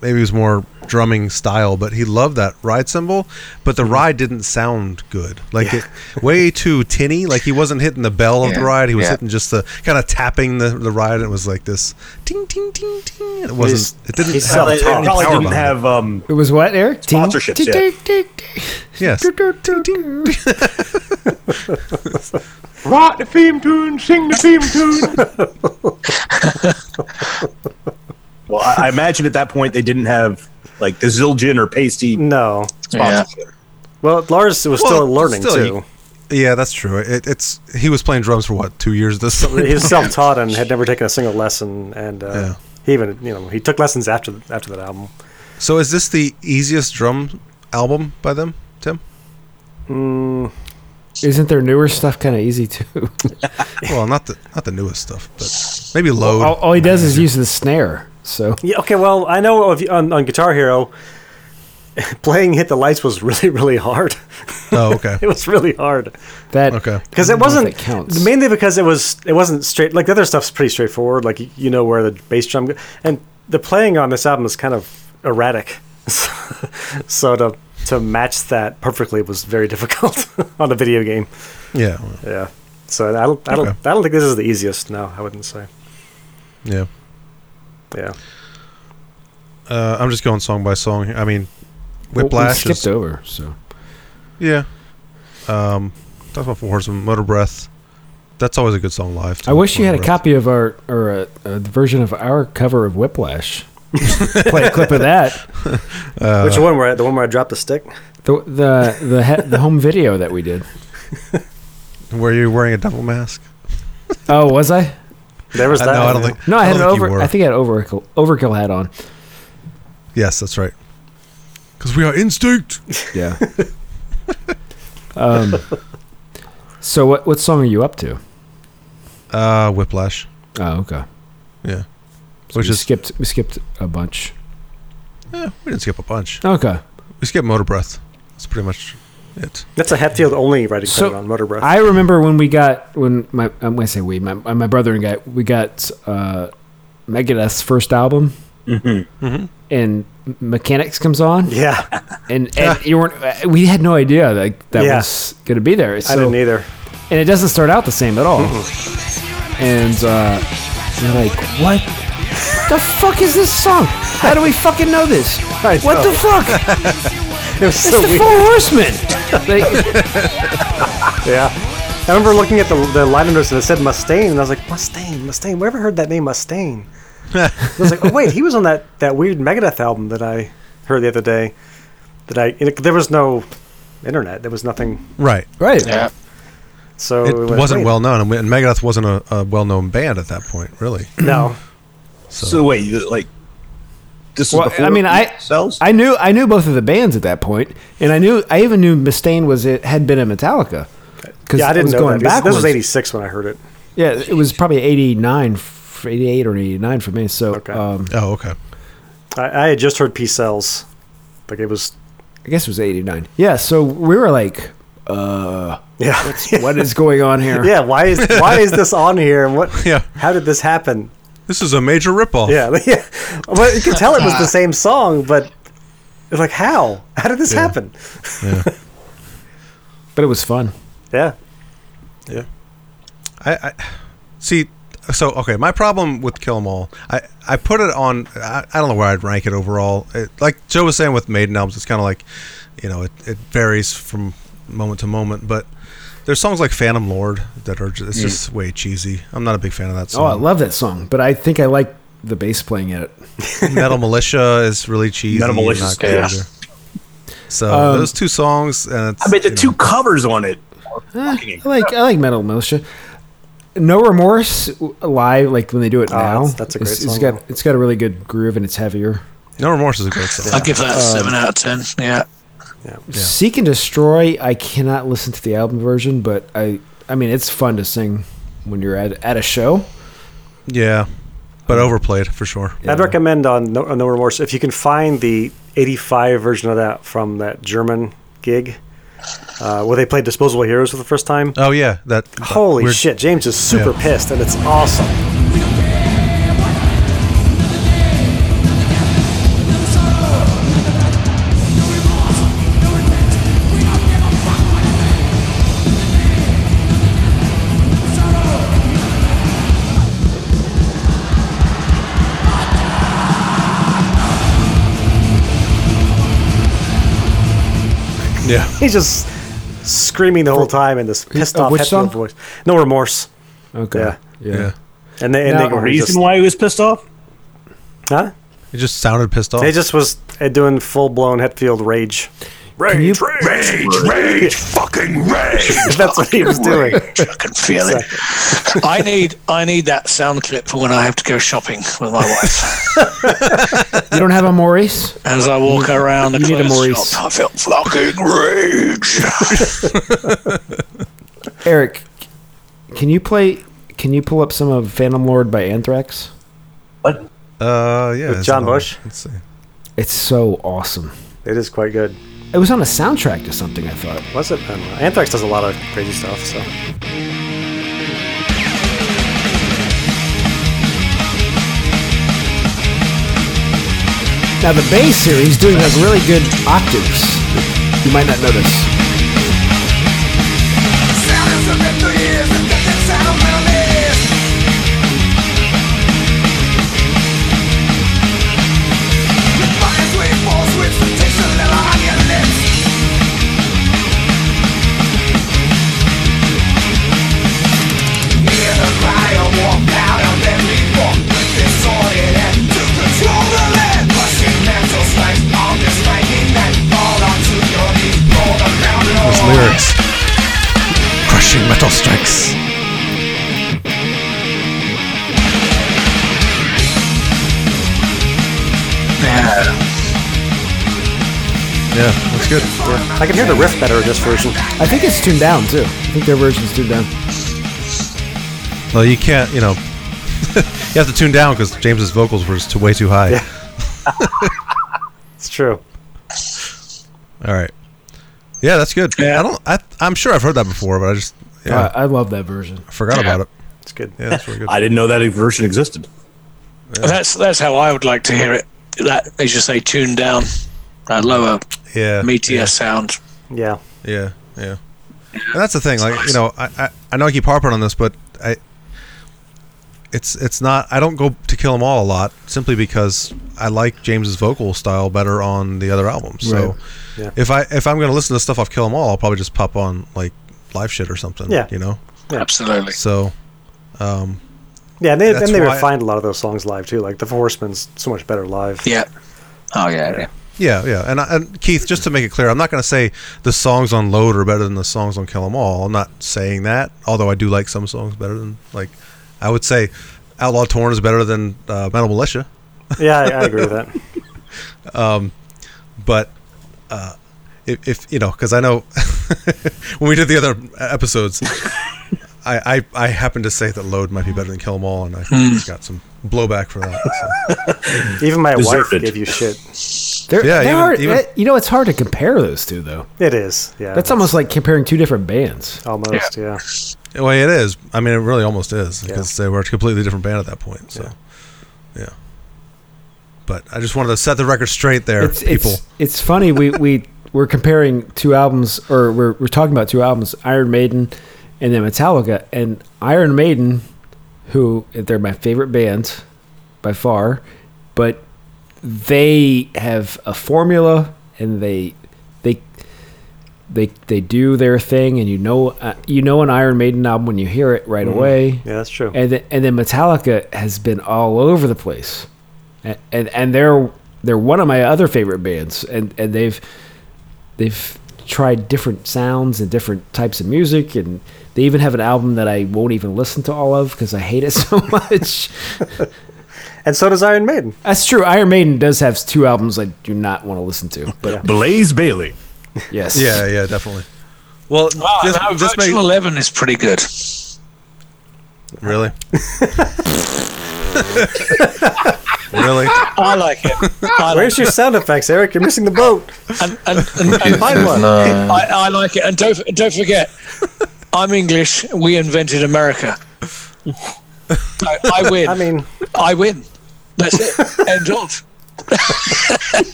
B: maybe it was more drumming style. But he loved that ride cymbal, but the ride didn't sound good. Like it, [laughs] way too tinny. Like he wasn't hitting the bell of the
E: Yeah,
B: ride. He was
E: yeah.
B: hitting just the kind of tapping the the ride. And it was like this ting ting ting ting. It wasn't. It didn't.
C: he's
B: have
D: They, they
B: any
D: probably
B: power
D: didn't
B: behind it.
D: have um,
A: It was what, Eric? Ting-
D: Sponsorships,
A: ting-
D: yeah.
A: ting- ting-
B: Yes.
A: ting- ting- ting- ting- ting.
I: Rock the theme tune, sing the theme tune.
D: Well, I, I imagine at that point they didn't have like the Zildjian or Pasty
C: No.
D: sponsorship.
C: Well, Lars was
B: Well,
C: still learning,
B: still,
C: too.
B: Yeah, that's true. It, it's he was playing drums for what two years this summer.
C: he was self-taught and had never taken a single lesson, and uh,
B: Yeah.
C: he even you know he took lessons after after that album.
B: [laughs] So is this the easiest drum album by them, Tim?
A: Isn't their newer stuff kind of easy too?
B: Well, not the not the newest stuff, but maybe load.
A: all, all he does is use the snare. So
C: Yeah, okay. Well, I know of, on, on Guitar Hero, [laughs] playing "Hit the Lights" was really really hard.
B: oh, okay.
C: [laughs]
A: [laughs]
C: It was really hard
A: that
B: Okay.
C: because
A: I
C: it
A: don't know if
C: wasn't
A: that counts.
C: mainly because it was it wasn't straight. Like the other stuff's pretty straightforward. Like y- you know where the bass drum go- and the playing on this album is kind of erratic. [laughs] so to to match that perfectly was very [laughs] difficult on a video game.
B: Yeah. well,
C: Yeah. So I don't, I don't,
B: Okay.
C: I don't think this is the easiest. No, I wouldn't say.
B: Yeah.
C: Yeah.
B: Uh, I'm just going song by song. here. I mean,
A: we- we
B: Whiplash.
A: skipped
B: is,
A: over. So
B: yeah. Um, talk about Four Horsemen, Motor Breath. That's always a good song live. too,
A: I wish you had
B: Motor
A: a
B: Breath.
A: copy of our or a, a version of our cover of Whiplash. Play a clip of that.
C: Which one? Where I, the one where I dropped the stick?
A: The the the, he, the home video that we did.
B: Were you wearing a devil mask?
A: Oh, was I?
C: There was
B: Uh,
C: that.
B: no, I
C: one.
B: don't think.
A: No, I had an
B: don't think you
A: over.
B: were.
A: I think I had overkill overkill hat on.
B: Yes, that's right. Because we are instinct.
A: Yeah. [laughs] um. So what what song are you up to?
B: Uh, Whiplash.
A: Oh, okay.
B: Yeah.
A: So
B: Which
A: we
B: is-
A: skipped we skipped a bunch.
B: Yeah, we didn't skip a bunch.
A: Okay.
B: We skipped Motor Breath. That's pretty much it. [laughs]
C: That's a Hatfield only writing
A: So-
C: credit on Motor Breath.
A: I remember when we got when my I'm gonna say we my my brother and guy we got uh, Megadeth's first album,
B: Mm-hmm.
A: and Mechanics comes on,
C: Mm-hmm. yeah,
A: and and you weren't we had no idea like that
C: Yeah.
A: was gonna be there.
C: I
A: So,
C: didn't either.
A: and it doesn't start out the same at all.
C: Mm-hmm.
A: And uh, you're like, what the fuck is this song? How do we fucking know this?
C: [laughs] I
A: What
C: know.
A: the fuck?
C: It was
A: It's
C: [laughs] so
A: the
C: weird.
A: Four Horsemen. Like,
C: [laughs] Yeah. I remember looking at the the line notes and it said Mustaine, and I was like, Mustaine, Mustaine. Wherever heard that name Mustaine? I was like, oh wait, he was on that that weird Megadeth album that I heard the other day. That I it, there was no internet. There was nothing.
B: Right.
A: right.
E: Yeah.
C: So
B: It
C: was-
B: wasn't
C: wait,
B: well known, and we- and Megadeth wasn't a, a well-known band at that point, really.
C: No.
D: So, wait, you- like this
A: Well,
D: is before
A: I mean, I
D: sells.
A: I knew I knew both of the bands at that point, and I knew I even knew Mustaine was it had been in Metallica because
C: Yeah, I didn't
A: was
C: know
A: going
C: that. This- This
A: backwards.
C: was '86 when I heard it.
A: yeah, it was probably 89, f- 88 or eighty nine for me. So
C: Okay.
A: um,
B: Oh, okay.
C: I, I had just heard P cells, like it was
A: I guess it was eighty nine. Yeah, so we were like, uh,
C: [laughs] yeah, [laughs]
A: what is going on here?
C: yeah. Why is why is this on here and what?
B: Yeah.
C: How did this happen?
B: This is a major ripoff.
C: Yeah, [laughs] yeah. Well, you can tell it
A: [laughs]
C: was the same song, but it's like how? How did this happen?
A: but it was fun.
C: Yeah,
B: I, I see. So okay, my problem with Kill 'Em All, I I put it on. I, I don't know where I'd rank it overall. It, like Joe was saying with Maiden albums, it's kind of like, you know, it, it varies from moment to moment. But there's songs like Phantom Lord that are just, it's just way cheesy. I'm not a big fan of that
A: Oh, I
B: song.
A: love that song, but I think I like the bass playing in it.
B: Metal Militia is really cheesy.
D: Metal
B: and
D: Militia's
B: not good
D: chaos.
B: either. So
A: Um,
B: those two songs, and it's,
D: I bet the two covers on it.
A: Eh, I like I like Metal Militia. No Remorse w- live, like when they do it now.
C: Oh, that's
A: it's-
C: a great
A: It's
C: song.
A: got it's got a really good groove and it's heavier.
B: No Remorse is a great song.
E: I'll give that a
A: Um,
E: seven out of ten. Yeah.
A: Seek and Destroy, I cannot listen to the album version, but I I mean it's fun to sing when you're at at a show.
B: yeah, but overplayed for sure.
C: I'd recommend on no, on no Remorse if you can find the '85 version of that from that German gig uh, where they played Disposable Heroes for the first time.
B: Oh yeah, that
A: Uh,
C: Holy
B: weird-
C: shit! James is super
B: Yeah.
C: pissed, and it's awesome. [laughs]
B: Yeah,
C: He's just screaming the whole time in this pissed
A: uh,
C: off
A: which
C: happy
A: song?
C: voice. No remorse.
A: Okay.
C: Yeah.
A: Yeah.
B: yeah.
C: And they, and
A: Now-
C: they were
D: Reason
C: just,
D: why he was pissed off?
C: huh?
B: It just sounded pissed off.
C: They just was uh, doing full blown Hetfield rage. [laughs]
D: Rage,
A: you-
D: rage, rage, fucking rage.
C: That's what he was doing.
E: I can feel it. [laughs] I need I need that sound clip for when I have to go shopping with my wife.
A: You don't have a Maurice?
E: As I walk around the
A: You need a
E: clothes
A: Maurice.
E: shop, I feel fucking rage.
A: Eric, can you play can you pull up some of Phantom Lord by Anthrax?
D: What?
B: uh, yeah,
C: With
B: it's
C: John
B: another-
C: Bush?
B: Let's see.
A: It's so awesome.
C: It is quite good.
A: It was on a soundtrack to something, I thought.
C: Was it? I don't know. Anthrax does a lot of crazy stuff. So
A: Now the bass here, he's doing like really good octaves. You might not notice.
B: Those lyrics, crushing metal strikes.
E: Yeah.
B: Yeah, that's good.
C: I can hear the riff better in this version.
A: I think it's tuned down too. I think their version's tuned down.
B: Well, you can't, you know, [laughs] you have to tune down because James's vocals were just too, way too high.
C: Yeah. It's true.
B: All right. Yeah, that's good.
E: Yeah.
B: I don't. I, I'm sure I've heard that before, but I just yeah
A: Oh, I, I love that version.
B: forgot about it.
C: It's good.
B: Yeah, that's really good.
D: I didn't know that version existed.
E: That's that's how I would like to hear it. That as you say, tuned down, that lower
B: yeah,
E: meteor sound.
C: Yeah.
B: Yeah, yeah. And that's the thing. Like you know, I, I I know I keep harping on this, but I it's it's not. I don't go to Kill 'Em All a lot simply because I like James's vocal style better on the other albums. So
A: Right.
C: Yeah.
B: if I if I'm gonna listen to stuff off Kill 'Em All, I'll probably just pop on like live shit or something.
C: Yeah.
B: you know.
E: Absolutely.
B: So
C: Yeah. And they,
B: That's
C: and they
B: why-
C: refined a lot of those songs live too. Like the Four Horsemen's so much better live.
E: Yeah. Oh yeah. yeah.
B: Yeah, yeah, and I, and Keith, just to make it clear, I'm not going to say the songs on Load are better than the songs on Kill 'Em All. I'm not saying that, although I do like some songs better than like I would say Outlaw Torn is better than uh, Metal Militia,
C: [laughs] Yeah, I, I agree with that.
B: but uh, if, if you know, because I know [laughs] when we did the other episodes, [laughs] I, I I happened to say that Load might be better than Kill 'Em All, and I got some blowback for that. So.
C: Even my wife
D: Deserved.
C: gave you shit.
A: They're,
B: Yeah,
A: they're
B: even-
A: hard,
B: even-
A: that- you know, it's hard to compare those two though.
C: It is. Yeah.
A: That's almost like comparing two different bands.
C: almost. Yeah.
B: Well, it is. I mean, it really almost is because they were a completely different band at that point. So, yeah. But I just wanted to set the record straight there,
A: It's
B: people.
A: it's it's funny. We we we're comparing two albums, or we're we're talking about two albums: Iron Maiden and then Metallica. And Iron Maiden, who they're my favorite band by far, but they have a formula and they they they they do their thing, and you know uh, you know an Iron Maiden album when you hear it right
C: Mhm.
B: Mm-hmm.
A: away.
C: Yeah, that's true.
A: And then, and then Metallica has been all over the place, and and, and they're they're one of my other favorite bands, and, and they've they've tried different sounds and different types of music, and they even have an album that I won't even listen to all of because I hate it [laughs] so much.
C: and so does Iron Maiden.
A: That's true. Iron Maiden does have two albums I do not want to listen to, but
D: Blaze Bailey.
A: Yes.
B: Yeah, yeah, definitely. Well,
E: oh, no, Virtual Eleven is pretty good.
A: [laughs]
B: Really? really?
E: I like it. I like
C: Where's your sound effects, Eric? You're missing the boat.
E: and, and,
B: [laughs]
E: and, and
C: Find one.
E: I, I like it. And don't don't forget, I'm English. We invented America. So I win.
C: I mean, [laughs]
E: I win. That's it. End of.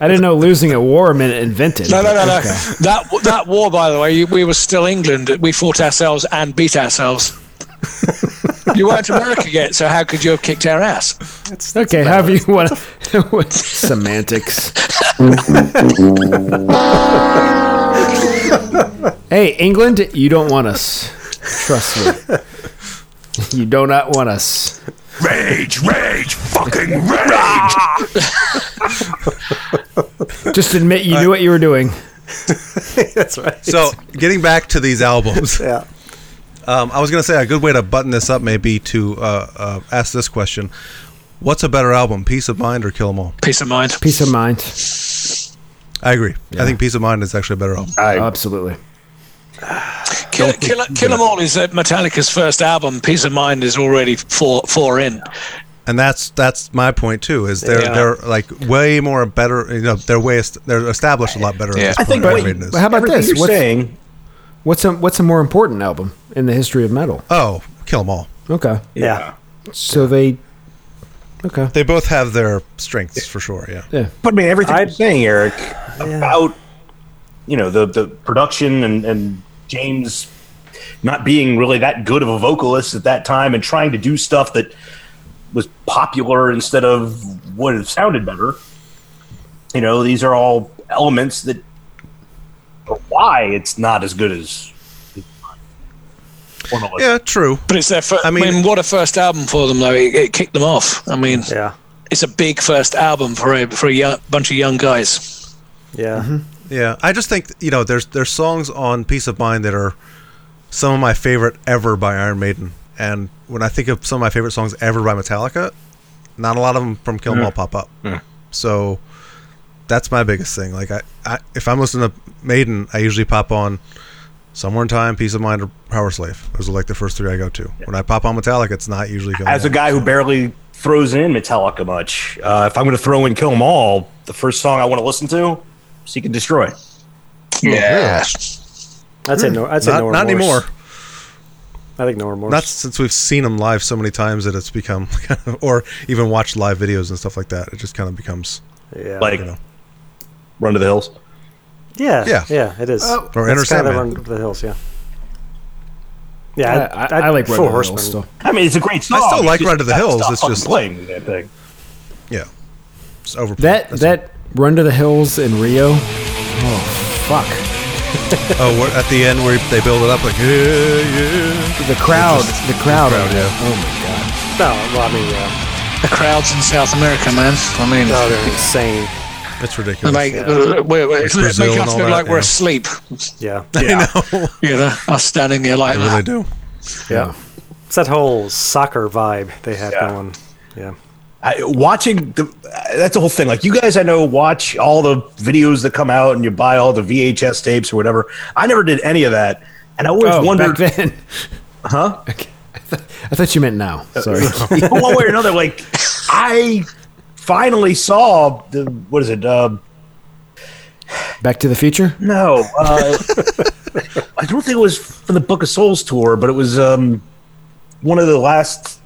A: I didn't know losing at war meant invented.
E: No, no, no, no.
A: Okay.
E: That that war, by the way, you- we were still England. We fought ourselves and beat ourselves. you weren't America yet, so how could you have kicked our ass?
A: Okay, however you want [laughs] to. Semantics. [laughs] hey, England, you don't want us. Trust me. You do not want us.
D: Rage, rage, fucking rage.
A: [laughs] Just admit you knew what you were doing.
C: that's right.
B: So, getting back to these albums,
C: yeah.
B: um, I was going to say a good way to button this up may be to uh, uh, ask this question What's a better album, Peace of Mind or Kill 'Em All?
E: Peace of mind.
A: Peace of mind.
B: I agree.
A: Yeah.
B: I think Peace of Mind is actually a better album.
A: Absolutely.
E: Kill, kill, kill 'em all is uh, Metallica's first album. Peace of mind is already four four in.
B: And that's that's my point too. Is they're
E: Yeah.
B: they're like way more better. You know, they're way est- they're established a lot better.
E: Yeah.
B: At this
D: I think
B: point than
D: what-
B: Maiden is.
A: But how about
D: Everything
A: this?
D: you're
A: What's,
D: saying,
A: what's a what's a more important album in the history of metal?
B: Oh, Kill 'Em All.
A: Okay,
C: Yeah.
A: so they. Okay.
B: They both have their strengths for sure. Yeah.
A: Yeah.
D: but I mean, everything
C: I-
D: you're saying, Eric, about you know the the production and and James not being really that good of a vocalist at that time and trying to do stuff that was popular instead of what have sounded better. You know, these are all elements that are why it's not as good as. Formalism.
B: Yeah. True.
E: But it's their first.
B: I
E: I mean,
B: mean-
E: what a first album for them, though. It, it kicked them off. I mean,
C: Yeah.
E: it's a big first album for a for a young, bunch of young guys.
C: Yeah.
A: Mm-hmm.
B: Yeah, I just think you know there's there's songs on Peace of Mind that are some of my favorite ever by Iron Maiden, and when I think of some of my favorite songs ever by Metallica, not a lot of them from Kill 'Em All pop up. So that's my biggest thing. Like I, I, if I'm listening to Maiden, I usually pop on Somewhere in Time, Peace of Mind, or Power Slave. Those are like the first three I go to. When I pop on Metallica, it's not usually Kill 'Em
D: as a
B: All.
D: guy who barely throws in Metallica much, uh, if I'm going to throw in Kill 'Em All, the first song I want to listen to, Seek and Destroy.
B: Oh,
E: Yeah.
C: I'd say no. I'd say
B: Not,
C: no.
B: not anymore.
C: I think no remorse.
B: Not since we've seen them live so many times that it's become, [laughs] kind of, or even watched live videos and stuff like that. It just kind of becomes
C: yeah.
D: Like,
B: know.
D: Run to the Hills.
C: Yeah.
B: Yeah.
C: Yeah. It is.
A: Oh.
B: Or Enter
C: it's kind of
B: Sandman.
C: under the hills. Yeah.
A: I,
C: Yeah.
A: I, I like Red
C: Four
A: Horseman
C: Horsemen.
A: still.
D: I mean, it's a great song.
B: still
D: It's
B: like
D: just
B: Run to the
D: that
B: Hills,
D: stop
B: it's
D: fucking
B: just-
D: playing with that thing.
B: Yeah. It's overplayed.
A: That
B: That's
A: that run to the hills in Rio. Oh fuck.
B: it. oh, we're at the end where they build it up like yeah, yeah.
A: The crowd, the crowd,
B: crowd, yeah.
A: Oh my god!
C: No. Well, I mean, yeah.
E: The crowds in South America, man. I mean,
B: Oh,
A: [laughs]
C: No, they're insane.
B: It's
E: they
B: ridiculous.
E: make, uh, we- we-
B: It's
E: they
B: Brazil
E: make
B: and
E: us
B: all
E: look
B: that,
E: like we're
B: yeah.
E: asleep.
C: Yeah.
D: Yeah.
E: You know, us standing there like
B: they really
E: that.
B: do.
C: Yeah. It's that whole soccer vibe they had
D: Yeah.
C: going. Yeah.
D: I, watching the uh, that's the whole thing. Like you guys, I know watch all the videos that come out and you buy all the VHS tapes or whatever. I never did any of that, and I always
A: Oh,
D: wondered,
A: back then.
D: huh?
A: [laughs] I thought you meant now. Sorry.
D: [laughs] one way or another, like I finally saw the what is it? Uh,
A: back to the Future.
D: No, uh, [laughs] I don't think it was from the Book of Souls tour, but it was um, one of the last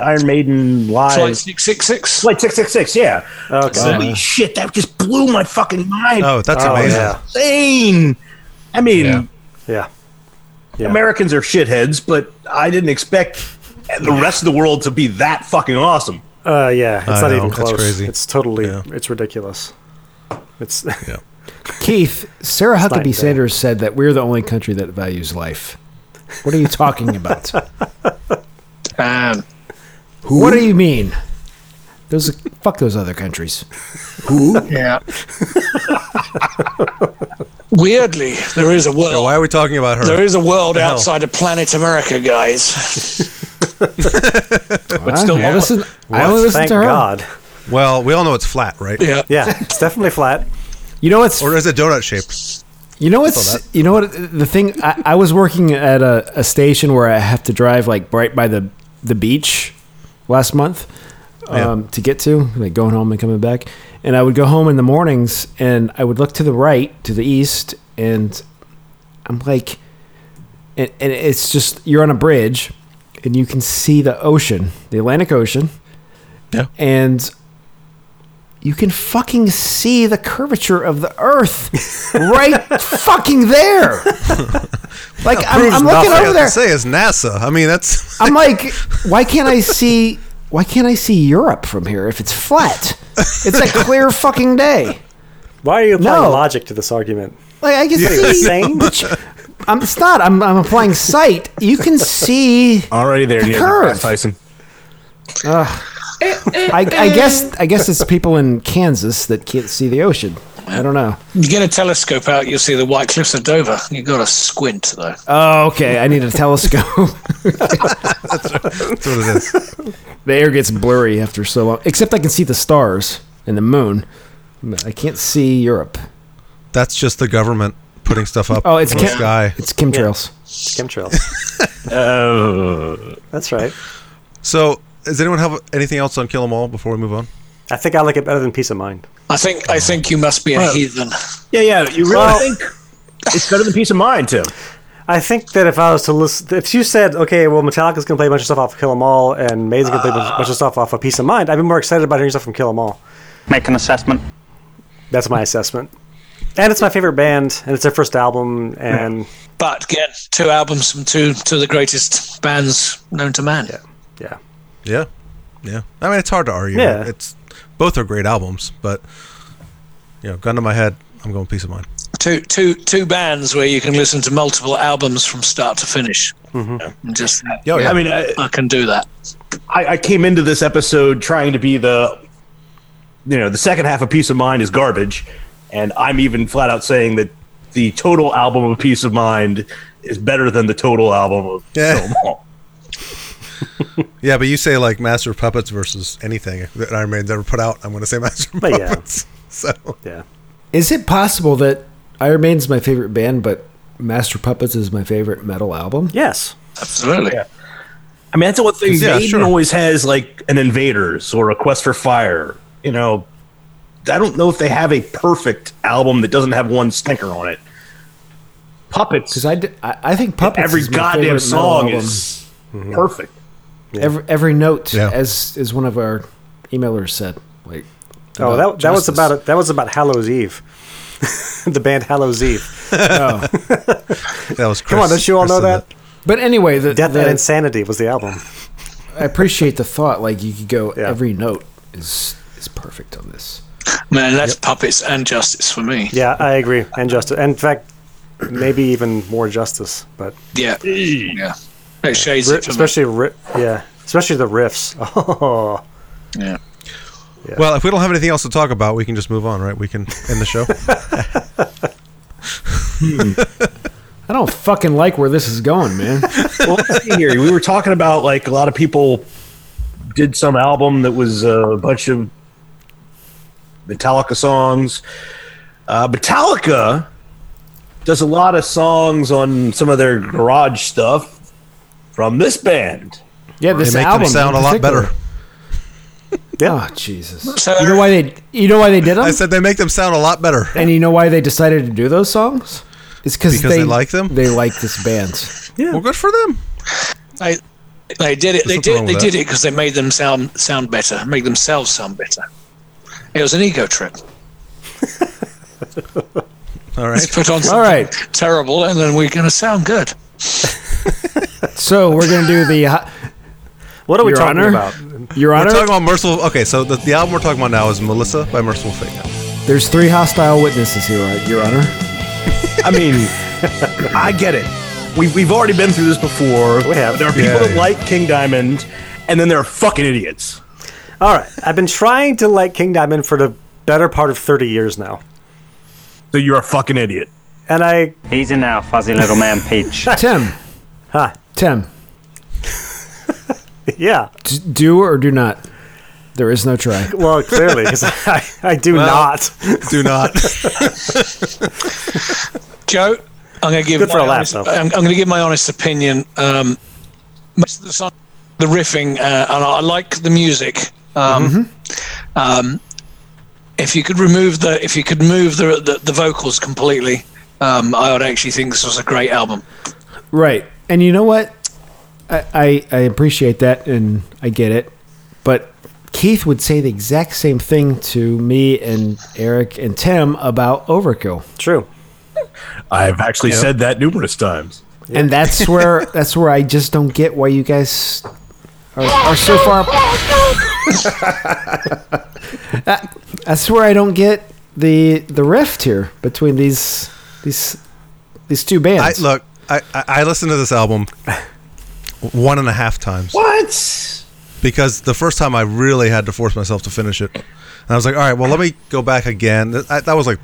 D: Iron Maiden
E: Flight
D: live.
E: six six six.
D: Flight six six six, yeah.
C: Okay.
D: Holy shit, that just blew my fucking mind.
B: Oh, that's
C: Oh,
B: amazing.
C: yeah.
D: Insane. I mean,
E: Yeah.
C: Yeah. Yeah.
D: Americans are shitheads, but I didn't expect the rest of the world to be that fucking awesome.
C: Uh, yeah, it's
B: I
C: not
B: know,
C: even
B: that's
C: close.
B: crazy.
C: It's totally,
B: Yeah.
C: [laughs] it's ridiculous. It's
B: Yeah.
A: Keith, Sarah
C: It's night
A: Huckabee
C: and day.
A: Sanders said that we're the only country that values life. What are you talking about?
E: Um,
A: What do you mean? Those fuck those other countries.
E: Who? Yeah. [laughs] Weirdly, there is a world.
B: why are we talking about her?
E: There is a world
B: The hell?
E: outside of planet America,
B: [laughs]
E: guys. but still,
B: I listen-
A: I only listen
C: Thank
A: to her.
C: God.
B: Well, we all know it's flat, right?
E: Yeah.
C: Yeah, it's definitely flat.
A: You know what's
B: Or is it donut shaped?
A: You know what's you know what the thing I, I was working at a, a station where I have to drive like right by the the beach last month
B: Oh, Yeah.
A: um, to get to like going home and coming back and I would go home in the mornings and I would look to the right to the east and I'm like and, and it's just you're on a bridge and you can see the ocean the Atlantic Ocean
B: Yeah.
A: and you can fucking see the curvature of the
B: [laughs]
A: earth right fucking there. like I'm,
B: Proves
A: I'm looking
B: nothing. I
A: over
B: have
A: there.
B: To say is NASA. I mean, that's [laughs]
A: I'm like, why can't I see? Why can't I see Europe from here if it's flat? It's a clear fucking day.
C: Why are you applying
A: No.
C: logic to this argument?
A: Like I can
C: You're
A: see.
C: insane.
A: but you- I'm, it's not. I'm, I'm applying sight. You can see.
D: Already there,
A: The
D: Neil
A: curve.
D: deGrasse Tyson.
A: I, I guess. I guess it's people in Kansas that can't see the ocean. I don't know.
E: you get a telescope out, you'll see the White Cliffs of Dover. You've got to squint, though.
A: Oh, okay. I need a telescope. [laughs]
B: that's what it is.
A: The air gets blurry after so long. Except I can see the stars and the moon. But I can't see Europe.
B: That's just the government putting stuff up.
A: Oh, it's
B: in the
A: Kim-
B: sky.
A: It's chemtrails. [laughs]
C: Chemtrails.
A: Oh.
C: That's right.
B: So, does anyone have anything else on Kill 'Em All before we move on?
C: I think I like it better than peace of mind.
E: I think I think you must be a heathen.
D: Yeah, yeah. You really
C: Well-
D: think it's better than peace of mind, Tim?
C: I think that if I was to listen, if you said, okay, well, Metallica's gonna play a bunch of stuff off of Kill 'Em All, and Maid's gonna play a bunch- bunch of stuff off of Peace of Mind, I'd be more excited about hearing stuff from Kill 'Em All.
L: Make an assessment.
C: That's my assessment. And it's my favorite band, and it's their first album, and
E: But again, two albums from two two of the greatest bands known to man.
C: yeah,
B: Yeah, yeah. I mean, it's hard to argue.
C: Yeah.
B: it's both are great albums, but you know, gun to my head, I'm going Peace of Mind.
E: Two two two bands where you can listen to multiple albums from start to finish. And Just
B: Yo, yeah.
D: I mean, I,
E: I can do that.
D: I, I came into this episode trying to be the, you know, the second half of Peace of Mind is garbage, and I'm even flat out saying that the total album of Peace of Mind is better than the total album of
B: Yeah.
D: Kill 'Em All.
B: yeah, but you say like Master of Puppets versus anything that Iron Maiden's ever put out. I'm going to say Master of
C: But yeah.
B: Puppets. [laughs] So
C: yeah.
A: Is it possible that Iron Maiden's my favorite band, but Master Puppets is my favorite metal album?
C: Yes.
E: Absolutely.
D: I mean, that's the one thing.
B: Yeah,
D: Maiden
B: sure.
D: always has like an Invaders or a Quest for Fire. You know, I don't know if they have a perfect album that doesn't have one stinker on it. Puppets.
A: Because I, d- I- I think Puppets
D: every
A: is my favorite
D: goddamn
A: metal
D: song
A: album.
D: is perfect.
A: every, every note,
B: Yeah.
A: as as one of our emailers said. Like,
C: Oh,
A: about
C: that, that was
A: justice.
C: about it. That was about Hallows Eve, [laughs] the band Hallows Eve.
B: that was Chris.
C: Come on, don't you all
B: Chris
C: know
B: said
C: that?
A: But anyway, the,
C: Death and
A: the,
C: Insanity was the album.
A: I appreciate the thought. Like you could go,
C: Yeah.
A: every note is is perfect on this.
E: Man, that's puppets and justice for me.
C: Yeah, I agree. And justice. In fact, maybe even more justice. But
E: Yeah. Yeah. It shades
C: ri-
E: it for me.
C: especially, ri- yeah, especially the riffs. [laughs] Oh,
E: Yeah.
B: Well, if we don't have anything else to talk about, we can just move on, right? We can end the
C: [laughs]
B: show.
A: I don't fucking like where this is going,
B: [laughs]
A: man.
D: well, let's see here. We were talking about like a lot of people did some album that was uh, a bunch of Metallica songs. Uh, Metallica does a lot of songs on some of their garage stuff from this band.
A: Yeah,
B: they
A: this
B: make
A: album
B: them sound a
A: in
B: lot better.
A: particular. Oh Jesus!
E: So-
A: You know why they? You know why they did them?
B: I said they make them sound a lot better.
A: and you know why they decided to do those songs? It's cause
B: Because they like them?
A: They like this band.
B: Well, good for them.
E: They, they did it. They
B: nothing wrong
E: did. They
B: with
E: did
B: that.
E: it because they made them sound sound better. Make themselves sound better. It was an ego trip.
B: All
E: Let's
B: right.
E: put on something
A: All right,
E: terrible, and then we're going to sound good.
A: so we're gonna do the uh,
C: what are we
A: Your
C: talking
A: Honor?
C: about?
A: Your
B: We're
A: Honor.
B: talking about Merciful. Okay, so the, the album we're talking about now is Melissa by Merciful Fate.
A: There's three hostile witnesses here, uh, Your
C: [laughs]
A: Honor.
D: I mean, [laughs] I get it. We've, we've already been through this before. We have. There are people
C: Yeah,
D: that
C: yeah.
D: like King Diamond, and then there are fucking idiots.
C: All right, I've been trying to like King Diamond for the better part of thirty years now.
D: So you're a fucking idiot.
C: And I.
L: Easy now, fuzzy little man, Peach.
A: Tim.
C: [laughs] Huh.
A: Tim.
C: yeah.
A: D- do or do not. There is no try.
C: Well, clearly, 'cause I, I do
A: Well,
C: not.
B: Do not.
E: Joe, I'm going to give
C: Good for
E: my
C: a laugh,
E: honest,
C: though.
E: I'm, going to give my honest opinion. Um, most of the song, the riffing, uh, and I like the music. Um,
C: Mm-hmm.
E: um, if you could remove the, if you could move the the, the vocals completely, um, I would actually think this was a great album.
A: Right. And you know what? I, I, I appreciate that and I get it. But Keith would say the exact same thing to me and Eric and Tim about Overkill.
C: True.
D: I've actually
A: Yep.
D: said that numerous times.
A: And that's where that's where I just don't get why you guys are, are so far. That- Uh, that's where I don't get the the rift here between these these these two
B: I,
A: bands.
B: look, I, I I listened to this album one and a half times.
D: What?
B: Because the first time I really had to force myself to finish it. And I was like, all right, well, let me go back again. Th- I, that was like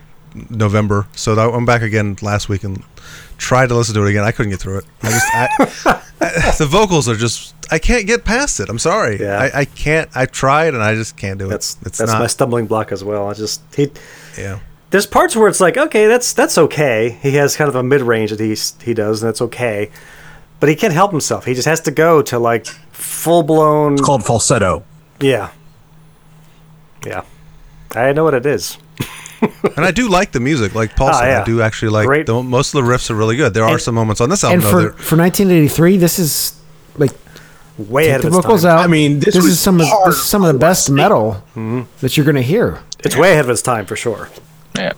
B: November. So that, I'm back again last week and tried to listen to it again. I couldn't get through it. I just, I, I- the vocals are just, I can't get past it. I'm sorry.
C: Yeah.
B: I, I can't, I tried and I just can't do it.
C: That's
B: it's
C: that's
B: not,
C: my stumbling block as well. I just he.
B: Yeah.
C: There's parts where it's like, okay, that's that's okay. He has kind of a mid range that he he does, and that's okay. But he can't help himself. He just has to go to like full blown. It's
D: called falsetto.
C: Yeah. Yeah. I know what it is.
B: and I do like the music. Like Paul
C: Ah,
B: said,
C: yeah.
B: I do actually like, the, most of the riffs are really good. There are some moments on this album,
A: and
B: though,
A: for
B: that-
A: for 1983, this is like
C: way
A: the vocals out.
C: I mean, this was
A: is some of this is some of the best metal
C: Mhm.
A: that you're going to hear,
C: It's way ahead of its time for sure.
E: Yeah.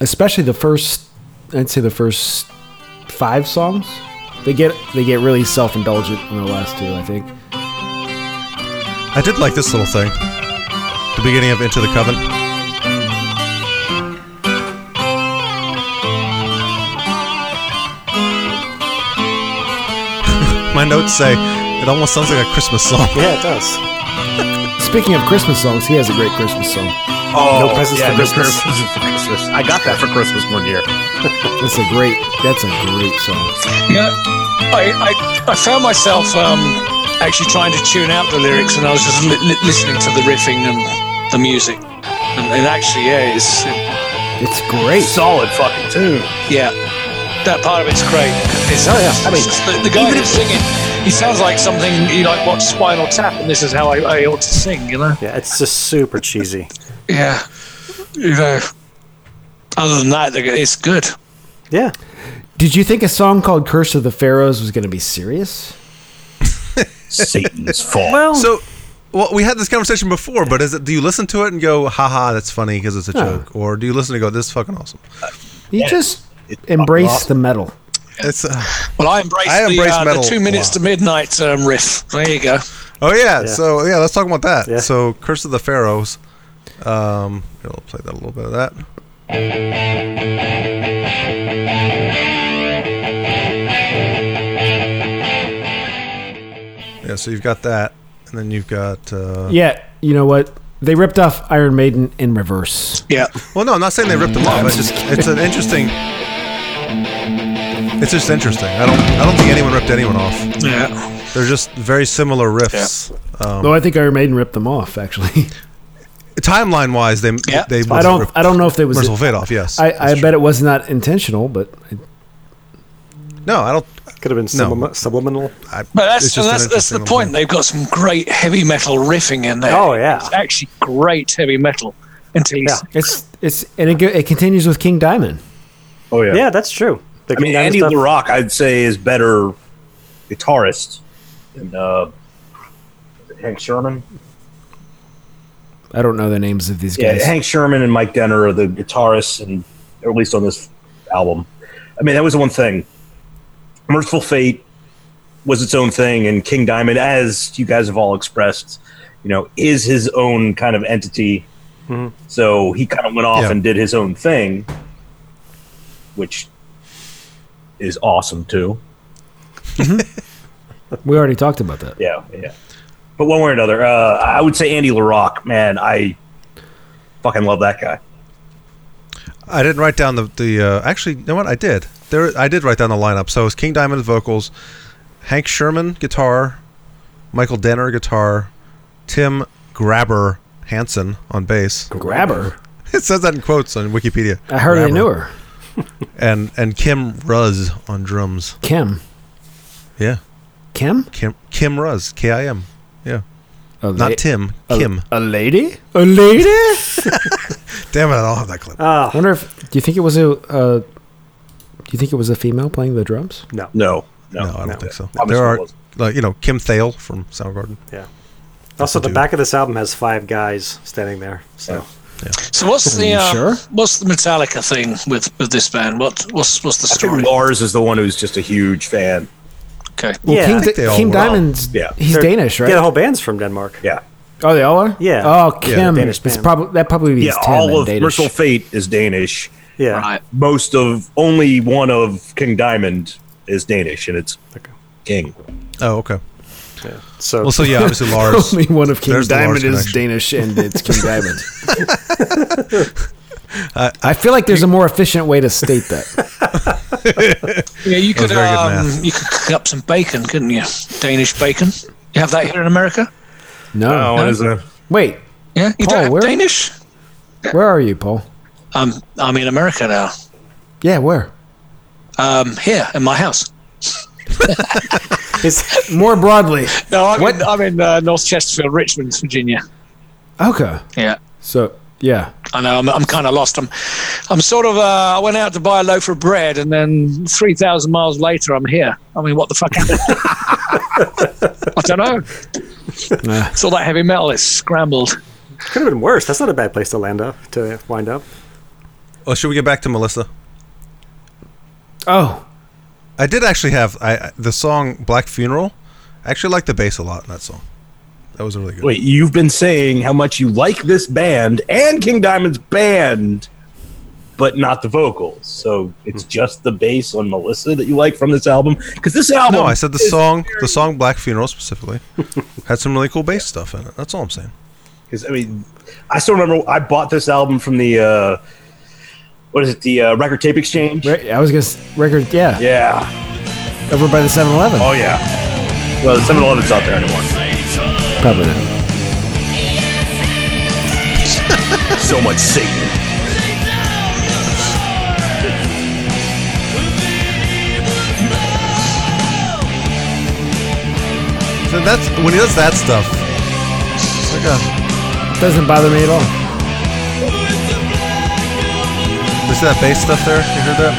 A: especially the first. I'd say the first five songs. They get they get really self indulgent in the last two. I think.
B: I did like this little thing. The beginning of Into the Coven. [laughs] My notes say it almost sounds like a Christmas song.
C: Yeah, it does.
A: Speaking of Christmas songs, he has a great Christmas song.
D: Oh, yeah, no presents for Christmas. I got that for Christmas one year.
A: That's a great. That's a great song.
E: Yeah, I, I, I found myself um, actually trying to tune out the lyrics, and I was just li- li- listening to the riffing and the music, and, and actually, yeah, it's
A: it's great,
D: solid fucking tune.
E: Yeah, that part of it's great. It's, oh yeah, I mean, the, the guy who's singing, he sounds like something you like watch Spinal Tap, and this is how I, I ought to sing, you know?
C: Yeah, it's just super
D: [laughs]
C: cheesy.
E: Yeah, you know. Other than that, it's good.
C: Yeah.
A: Did you think a song called "Curse of the Pharaohs" was going to be serious?
D: Satan's fault.
B: so, well, we had this conversation before, but is it? Do you listen to it and go, "Haha, that's funny" because it's a
A: No.
B: joke, or do you listen to it and go, "This is fucking awesome"?
A: You just embrace
B: awesome.
A: the metal.
B: It's. Uh,
E: Well, I embrace,
B: I
E: the,
B: embrace
E: uh,
B: metal
E: the two
B: a
E: minutes to midnight um, riff. There you go.
B: Oh yeah,
E: Yeah.
B: so yeah, let's talk about that. So, Curse of the Pharaohs. Um, here, I'll play that a little bit of that. Yeah, so you've got that, and then you've got uh,
A: Yeah, you know what? They ripped off Iron Maiden in reverse.
E: Yeah.
B: Well, no, I'm not saying they ripped them off. It's just it's an interesting. It's just interesting. I don't I don't think anyone ripped anyone off.
E: Yeah.
B: They're just very similar riffs. Um,
A: Though I think Iron Maiden ripped them off. Actually, [laughs]
B: timeline wise, they they
A: I don't. I don't know if it was.
B: Merciful Fate off. Yes,
A: I, I bet it was not intentional, but I,
B: No, I don't.
C: Could have been sublimi- subliminal.
B: I,
E: But that's that's, that's the point. They've got some great heavy metal riffing in there.
C: Oh, yeah.
E: It's actually great heavy metal until he's
A: it's it's and it, go, it continues with King Diamond.
D: Oh yeah,
C: yeah, that's true.
D: I mean, Andy LaRock, I'd say, is better guitarist than uh, Hank Sherman.
A: I don't know the names of these
D: Yeah,
A: guys.
D: Hank Sherman and Mike Denner are the guitarists, and or at least on this album. I mean, that was the one thing. Merciful Fate was its own thing, and King Diamond, as you guys have all expressed, you know, is his own kind of entity. So he kind of went off
B: Yeah.
D: and did his own thing, which is awesome too.
A: We already talked about that.
D: Yeah, yeah. But one way or another, uh, I would say Andy LaRock, man, I fucking love that guy.
B: I didn't write down the the. Uh, actually, you know what? I did. There, I did write down the lineup. So it was King Diamond vocals, Hank Sherman guitar, Michael Denner guitar, Tim Grabber Hansen on bass. [laughs]
A: Grabber.
B: It says that in quotes on Wikipedia.
A: I heard I
B: Grabber.
A: knew her.
B: And and Kim Ruz on drums.
A: Kim.
B: Yeah.
A: Kim.
B: Kim Kim Ruz. K I M. Yeah.
A: la-
B: Not Tim.
A: a-
B: Kim.
A: A lady? A lady?
B: Damn it! I don't have that clip.
A: I
C: Ah,
A: wonder if. Do you think it was a? Uh, do you think it was a female playing the drums?
C: No.
D: No,
B: no, I don't think so.
D: Obviously
B: There
D: it
B: are,
D: wasn't.
B: like, you know, Kim Thale from Soundgarden.
C: Yeah. Also, the back of this album has five guys standing there. So
E: So what's
C: Are
E: the
C: you
E: uh,
C: sure?
E: what's the Metallica thing with, with this band? What what's what's the
D: I think
E: story?
D: Lars is the one who's just a huge fan.
E: Okay.
A: Well, King, Di- King Diamond's.
D: Yeah.
A: He's
C: They're-
A: Danish, right?
C: yeah, the whole band's from Denmark.
D: Yeah.
A: Oh, they all are.
C: Yeah.
A: Oh,
C: Yeah,
A: Kim.
C: Danish
A: it's
C: band.
A: probably that probably is
D: yeah,
A: Tim
D: all
A: in
D: of
A: Danish. [laughs]
D: Merciful Fate is Danish.
C: Yeah.
D: Most of only one of King Diamond is Danish, and it's King.
B: Oh, okay.
C: Yeah. So
B: Well, so yeah, obviously Lars.
A: Only one of King
B: There's the Lars
A: Diamond is
B: connection.
A: Danish, and it's King Diamond. I feel like there's a more efficient way to state that.
E: Yeah, you
A: That was
E: could
A: very good
E: um,
A: math.
E: you could cook up some bacon, couldn't you? Danish bacon. You have that here in America?
A: No.
D: Oh,
E: No, it isn't.
A: Wait.
E: Yeah, you
A: Paul,
E: don't have
A: where-
E: Danish.
A: Where are you, Paul?
E: I'm I'm in America now.
A: Yeah, where?
E: Um, here in my house.
A: It's more broadly.
E: No, I'm in, I'm in uh, North Chesterfield, Richmond, Virginia.
A: Okay.
E: Yeah.
A: So yeah.
E: I know I'm, I'm kind of lost. I'm, I'm sort of. Uh, I went out to buy a loaf of bread, and then three thousand miles later, I'm here. I mean, what the fuck? happened? [laughs] I don't know.
A: Yeah.
E: It's all that heavy metal. It's scrambled.
C: Could have been worse. That's not a bad place to land up to wind up.
B: Well, Oh, should we get back to Melissa?
A: Oh,
B: I did actually have I I- the song "Black Funeral." I actually like the bass a lot in that song. That was really good.
D: Wait, you've been saying how much you like this band and King Diamond's band, but not the vocals. So it's
B: Hmm.
D: just the bass on Melissa that you like from this album. Because this album,
B: No,
E: um,
B: I said the
D: is-
B: song, the song "Black Funeral"
E: [laughs]
B: specifically had some really cool bass stuff in it. That's all I'm saying.
D: Because I mean, I still remember I bought this album from the uh, what is it, the uh, Record Tape Exchange?
A: Re- I was gonna s- record. Yeah.
D: Yeah.
A: Over by the 7-Eleven.
D: Oh yeah. Well, the 7-Eleven's not there anymore.
A: Probably not.
D: so much Satan.
B: So that's when he does that stuff. It's like a,
A: Doesn't bother me at all.
B: you see that bass stuff there? You heard that?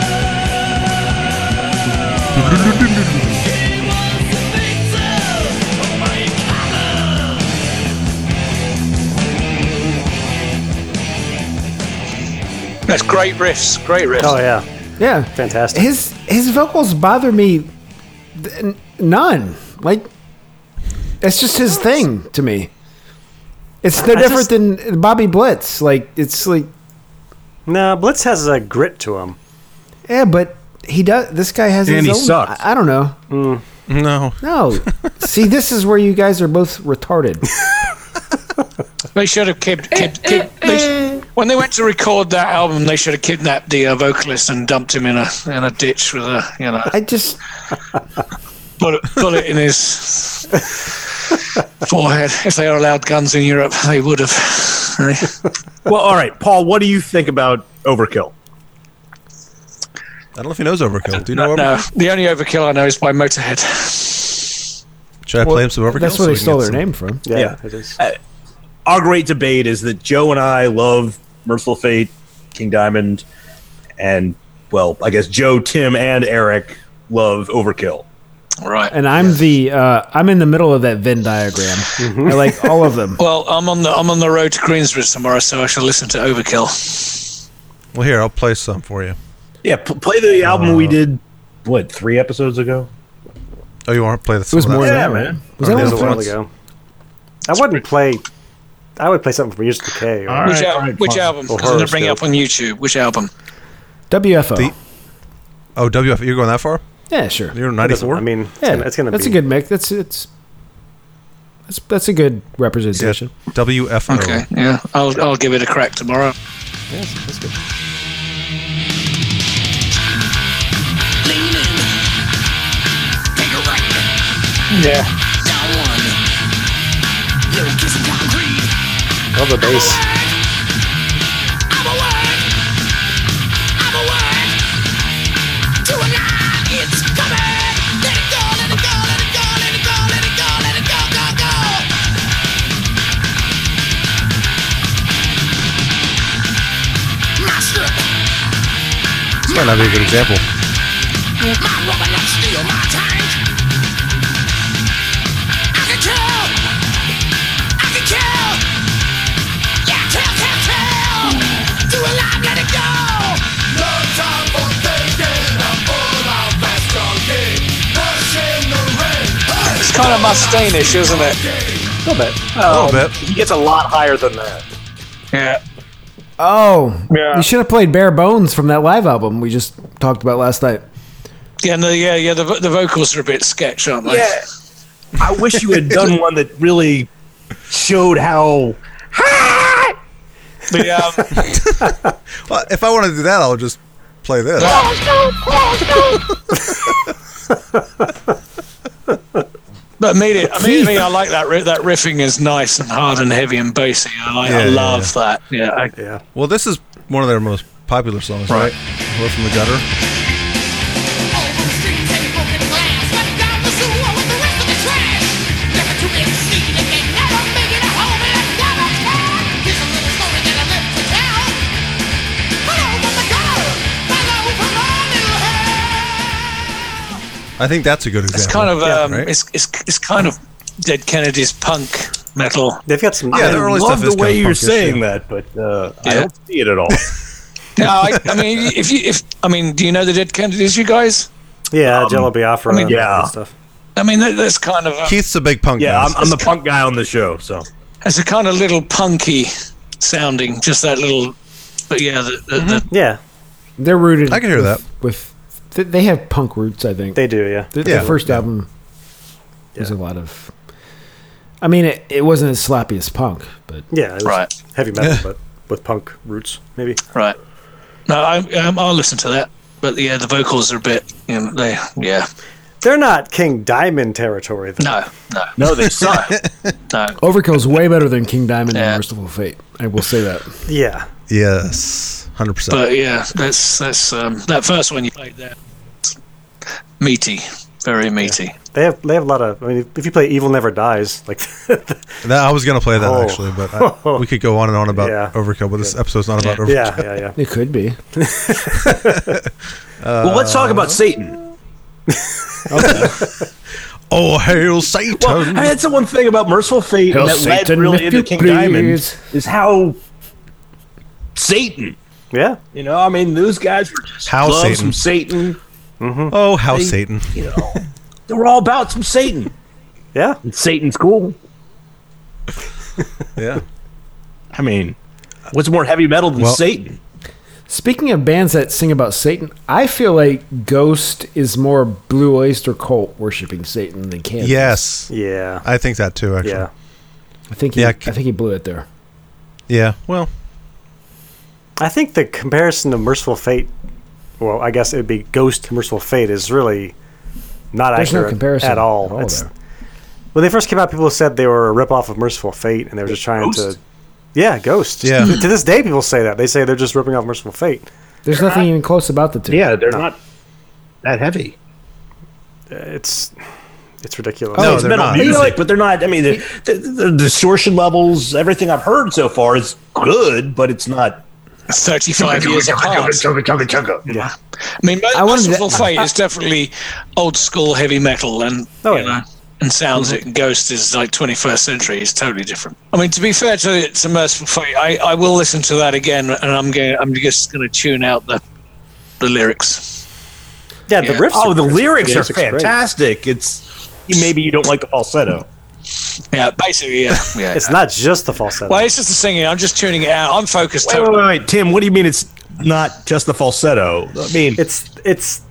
E: That's great riffs. Great riffs.
C: Oh yeah,
A: Yeah.
C: fantastic.
A: His his vocals bother me th- n- none. Like it's just his thing to me. It's no
C: I
A: different
C: just-
A: than Bobby Blitz. Like it's like
C: No, Blitz has a grit to him.
A: yeah, but he does. This guy has
D: And
A: his
D: he
A: own.
D: sucks.
A: I, I don't know.
B: No,
A: No. See, this is where you guys are both retarded.
E: They should have kept. kept, kept they sh- when they went to record that album, they should have kidnapped the uh, vocalist and dumped him in a in a ditch with a you know
A: I just
E: bullet, bullet in his forehead. If they are allowed guns in Europe, they eh? would have. Right?
D: Well, all right, Paul, what do you think about Overkill?
B: I don't know if he knows Overkill.
E: [laughs]
B: Do you know
E: No,
B: Overkill?
E: Um, the only overkill I know is by Motorhead.
B: Should I play him some Overkill?
A: that's
B: so
A: where they
B: we can
A: stole
B: get
A: their
B: some-
A: name from.
C: Yeah,
D: Yeah.
C: it is.
D: Our great debate is that Joe and I love Merciful Fate, King Diamond, and well, I guess Joe, Tim, and Eric love Overkill.
E: Right.
A: And I'm the uh, I'm in the middle of that Venn diagram.
B: Mm-hmm.
A: I like all of
B: [laughs]
A: them.
E: Well, I'm on the I'm on the road to Greensbridge tomorrow, so I shall listen to Overkill.
B: Well, here I'll play some for you.
D: Yeah, p- play the album we did what three episodes ago.
B: Oh, you want to play the?
A: It was more
D: Yeah,
A: than that,
D: man.
A: right? Was
B: Oh,
A: that
B: there's
C: That was
A: one
C: a
A: of
C: while
A: the
C: ago. I wouldn't play I would play something from Years of Decay. or-
E: which al- which album?
C: Or
E: Because I'm gonna bring it
C: Horoscope.
E: up on YouTube. Which album?
A: WFO.
B: oh, WF. You're going that far?
A: Yeah, sure.
B: You're 94.
C: I mean,
A: yeah, that's a good mix. That's it's that's that's a good representation.
B: WFO.
E: Okay, yeah, I'll I'll give it a crack tomorrow.
C: Yes, that's good.
E: Yeah.
C: Love the bass.
B: This might not be a good example.
E: It's kind of Mustainish, isn't it?
C: A little bit.
E: Oh,
D: He gets a lot higher than that.
E: Yeah.
A: Oh, you should have played Bare Bones from that live album we just talked about last night.
E: Yeah, no, yeah, yeah. The, vo- the vocals are a bit sketch, aren't they?
D: Yeah. I wish you had done one that really showed how.
E: The, um,
B: Well, if I want to do that, I'll just play this.
E: but I mean it. I mean, I mean, I like that. Ri- that riffing is nice and hard and heavy and bassy. I like. I
B: Yeah, yeah,
E: love that. Yeah. I,
C: Yeah.
B: Well, this is one of their most popular songs, right? Love from the Gutter. I think that's a good example.
E: It's kind of. Um,
B: right?
E: It's it's it's kind of Dead Kennedy's punk metal.
C: They've got some.
B: Yeah,
D: I
B: the early
D: love
B: stuff
D: the
B: is
D: way
B: kinda
D: you're
B: punkish,
D: saying
B: yeah.
D: that, but uh, I
E: Yeah.
D: don't see it at all.
E: No, I, I mean, if you if I mean, do you know the Dead Kennedys, you guys?
C: Yeah, Jello Biafra.
E: I mean,
C: and that
D: yeah.
C: Stuff.
E: I mean, that, that's kind of. A,
B: Keith's a big punk
D: yeah,
B: guy.
D: I'm, I'm the punk guy on the show, so
E: it's a kind of little punky sounding, just that little. But yeah, the, the, the,
C: Yeah,
A: They're rooted.
B: I can hear
A: with,
B: that.
A: With th- they have punk roots, I think.
C: they do. Yeah.
A: The,
B: Yeah.
A: the first album was a lot of. I mean, it, it wasn't as sloppy as punk, but
C: Yeah. it was
E: Right.
C: Heavy metal,
B: Yeah.
C: but with punk roots, maybe.
B: Mm-hmm.
E: right. No, I, um, I'll listen to that. But yeah, the vocals are a bit. You know, they yeah.
C: They're not King Diamond territory, though.
E: No, no, no, they suck. no,
A: Overkill's way better than King Diamond
E: Yeah.
A: and Merciful Fate. I will say that.
C: Yeah.
B: [laughs] yes, hundred percent.
E: but yeah, that's that's um, that first one you played there. Meaty, very meaty.
C: They have they have a lot of. I mean, if you play Evil Never Dies, like [laughs]
B: That I was gonna play that
C: Oh.
B: actually, but I, we could go on and on about
C: Yeah.
B: Overkill. But this episode's not about Overkill.
C: yeah, yeah, yeah.
A: [laughs] It could be.
D: well, let's talk about Satan.
B: Oh hail Satan!
D: Well, hey, that's the one thing about Merciful Fate
A: Hell,
D: that
A: Satan,
D: led really
A: if
D: into
A: you
D: King
A: please.
D: Diamond is how Satan.
C: Yeah.
D: You know, I mean, those guys were just
B: How
D: love
B: Satan.
D: some Satan.
B: oh how Satan!
D: You know, they were all about some Satan.
C: Yeah.
D: And Satan's cool.
B: Yeah,
D: I mean, what's more heavy metal than
B: Well-
D: Satan?
A: Speaking of bands that sing about Satan, I feel like Ghost is more Blue Oyster Cult worshiping Satan than Kansas.
B: yes,
C: Yeah.
B: I think that too. Actually,
C: Yeah.
A: I think he,
B: Yeah,
A: I
B: K-
A: think he blew it there.
B: Yeah, Well,
C: I think the comparison of Merciful Fate, well, I guess it would be Ghost to Merciful Fate, is really not
A: There's
C: accurate
A: no comparison
C: at all. It's-
A: there.
C: when they first came out, people said they were a ripoff of Merciful Fate, and they were just trying
D: Ghost?
C: to. Yeah, Ghost.
B: Yeah.
C: to this day, people say that. They say they're just ripping off Merciful Fate.
A: There's nothing even close about the two.
D: Yeah, they're not that heavy.
C: It's it's ridiculous.
B: No,
D: Oh, it's
B: Oh, they're
D: metal
B: not.
D: music, but they're not. I mean, the, the, the distortion levels, everything I've heard so far is good, but it's not.
E: Thirty-five years apart.
C: Yeah.
E: I mean, most
A: I wanted to-
E: Merciful Fate is definitely old school heavy metal, and
C: Oh,
E: you
C: yeah.
E: know, and sounds it. And Ghost is like 21st century; it's totally different. I mean, to be fair to, to Merciful Fate, I, I will listen to that again, and I'm going. I'm just going to tune out the the lyrics.
C: yeah, the
E: Yeah.
C: riffs.
D: Oh, the lyrics
C: Yeah,
D: are
C: it's great.
D: fantastic. It's maybe you don't like the falsetto.
E: Yeah, basically, yeah. yeah.
C: It's not just the falsetto.
E: Well, it's just the singing. I'm just tuning it out. I'm focused.
D: Wait, wait, wait, wait, Tim. What do you mean it's not just the falsetto? I mean,
C: it's it's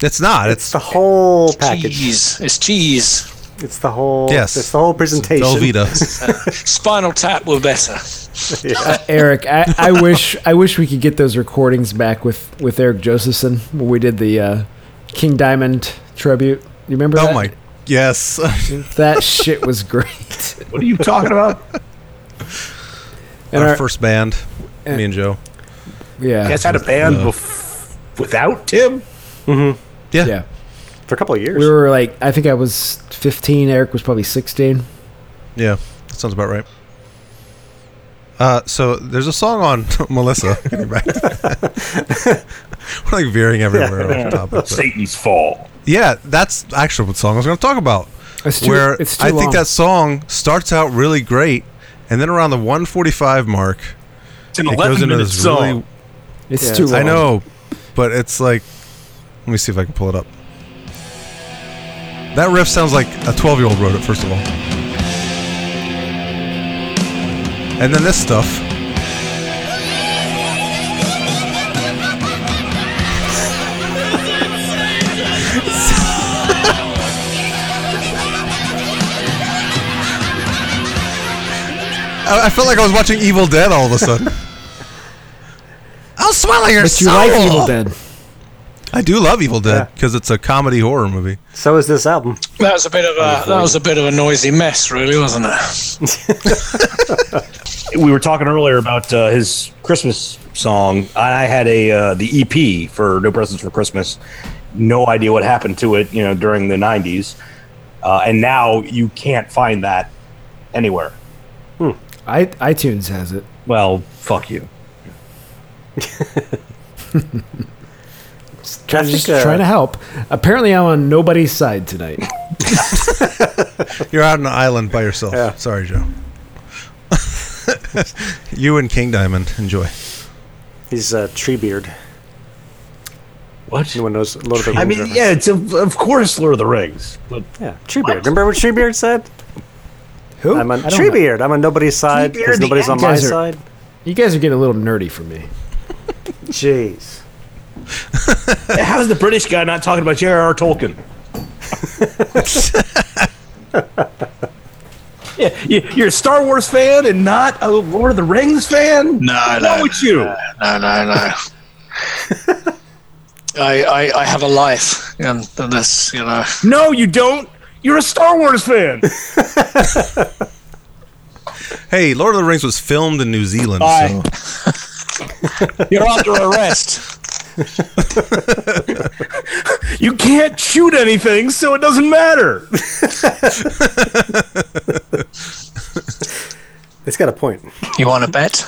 B: It's not. It's,
C: the whole package.
E: Cheese. It's cheese.
C: It's the whole.
B: Yes.
C: It's the whole presentation.
B: Velveeta.
E: Spinal Tap were better.
A: Uh, Eric, I, I wish I wish we could get those recordings back with, with Eric Josephson when we did the uh, King Diamond tribute. You remember
B: oh
A: that?
B: my. Yes. [laughs]
A: That shit was great.
D: What are you talking about?
A: And
B: our,
A: our-
B: first band, me and Joe.
A: Yeah.
D: You guys had a band bef- without Tim.
B: Yeah.
A: Yeah.
C: for a couple of years.
A: We were like, I think I was 15. Eric was probably 16.
B: Yeah, that sounds about right. Uh, so there's a song on [laughs]
A: [laughs]
B: Melissa. Getting back to that. [laughs] We're like veering everywhere off topic. but-
D: Satan's fall.
B: Yeah, that's actually what song I was going to talk about.
A: It's too-
B: where
A: it's too
B: I think
A: long.
B: that song starts out really great, and then around the 145 mark,
D: It's an
B: it
D: 11
B: goes into
D: minute
B: this
D: song.
B: really.
A: It's
C: Yeah,
A: too long.
B: I know, but it's like, let me see if I can pull it up. That riff sounds like a 12 year old wrote it. First of all, and then this stuff. [laughs] I, I felt like I was watching Evil Dead all of a sudden. [laughs] I'll swallow your
A: But you
B: soul.
A: like Evil Dead.
B: I do love Evil Dead because it's a comedy horror movie.
C: so is this album.
E: That was a bit of a that was a bit of a noisy mess, really, wasn't it?
D: we were talking earlier about uh, his Christmas song. I had a uh, the EP for No Presents for Christmas. No idea what happened to it, you know, during the '90s, uh, and now you can't find that anywhere.
A: I, iTunes has it.
D: Well, fuck you.
C: I
A: Just
C: think, uh,
A: trying to help. Apparently, I'm on nobody's side
B: [laughs]
A: tonight.
B: You're out on an island by yourself.
C: Yeah.
B: Sorry, Joe. [laughs] you and King Diamond enjoy.
C: He's uh, Treebeard.
D: What?
C: No one knows Lord of the Rings.
D: I mean,
C: reference.
D: yeah, it's of of course Lord of the Rings, but
C: yeah. Treebeard. Remember what Treebeard said?
A: [laughs] Who?
C: I'm on
A: I don't know.
C: Treebeard. I'm on nobody's side
D: Treebeard,
C: because
D: the
C: nobody's on my
A: Accuser.
C: side.
A: You guys are getting a little nerdy for me.
C: Jeez.
D: [laughs] how is the British guy not talking about J.R.R. [laughs] Tolkien? yeah, you, you're a Star Wars fan and not a Lord of the Rings fan.
E: No,
D: What's wrong
E: no,
D: with you?
E: no, no, no. [laughs] I, I I have a life, and that's you know.
D: No, you don't. You're a Star
C: [laughs]
D: Wars fan.
B: Hey, Lord of the Rings was filmed in New Zealand.
E: Bye.
B: So
E: [laughs] You're under arrest.
D: You can't shoot anything, so it doesn't matter.
C: It's got a point.
E: You want to bet?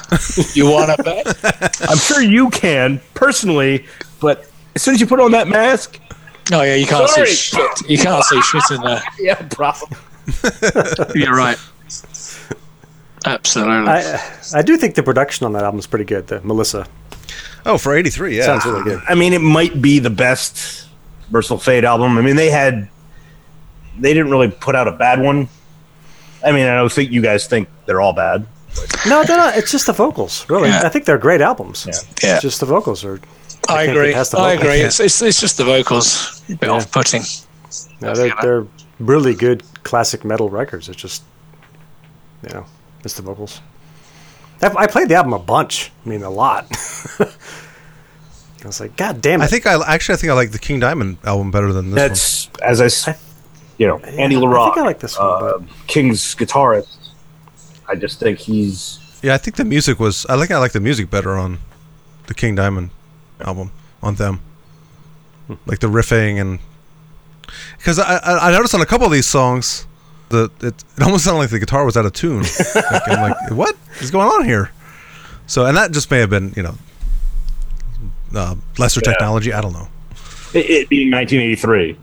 E: [laughs] You want to bet?
D: I'm sure you can personally, but as soon as you put on that mask,
E: No, yeah, you can't
D: Sorry.
E: see shit. You can't see shit in there.
D: [laughs] yeah, problem.
E: [laughs] You're right. Absolutely.
C: I I do think the production on that album is pretty good. though.
A: [laughs]
C: Melissa
B: oh, for '83, yeah.
C: sounds really good.
D: I mean, it might be the best Versal Fade album. I mean, they had they didn't really put out a bad one. I mean, I don't think you guys think they're all bad.
C: No, they're not. It's just the vocals, really.
E: Yeah.
C: I think they're great albums.
E: Yeah.
C: Just the vocals are. can't
E: I
C: get
E: agree.
C: past the
E: I
C: vocals.
E: agree. It's, it's, it's just the vocals. A bit off putting.
C: No, they're, they're really good classic metal records. It's just, you know, it's the vocals. I, I played the album a bunch. I mean, a lot. [laughs] I was like, God damn it!
B: I think I actually I think I like the King Diamond album better than this
D: That's as I, s-
C: I-
D: you know, Andy
C: I think
D: LaRock.
C: I like this one,
D: uh, King's guitarist. I just think he's
B: one. Yeah, I think the music was. I think I like the music better on the King Diamond album on them, like the riffing and because I, I I noticed on a couple of these songs the it, it almost sounded like the guitar was out of tune. like, I'm like, [laughs] what is going on here? So and that just may have been you know uh, lesser technology. I don't know.
D: it, it being 1983.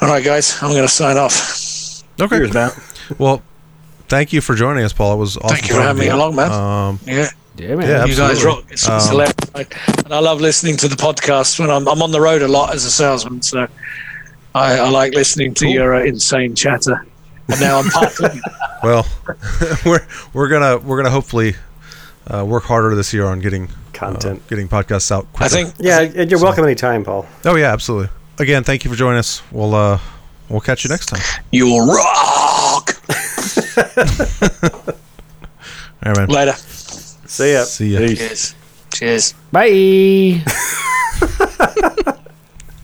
E: All right, guys, I'm going to sign off.
B: Okay.
D: Cheers, Matt.
B: Well, thank you for joining us, Paul. It was awesome.
E: Thank you for having me
B: talking to
E: along, man.
B: you. Um,
E: yeah.
A: Yeah, man.
B: Yeah.
E: You guys
B: absolutely.
E: rock. It's, it's
B: Um,
E: hilarious. Like, And I love listening to the podcast when I'm, I'm on the road a lot as a salesman. So I, I like listening to your uh, insane chatter. and now I'm part of
B: well, [laughs] we're we're gonna we're gonna hopefully uh, work harder this year on getting content, getting podcasts out. Quicker.
C: I think. Yeah, and you're welcome anytime, Paul.
B: Oh yeah, absolutely. Again, thank you for joining us. We'll uh, we'll catch you next time.
E: You'll rock.
B: All right, man.
E: Later.
C: See ya.
B: See ya.
E: Cheers. Cheers.
A: Bye.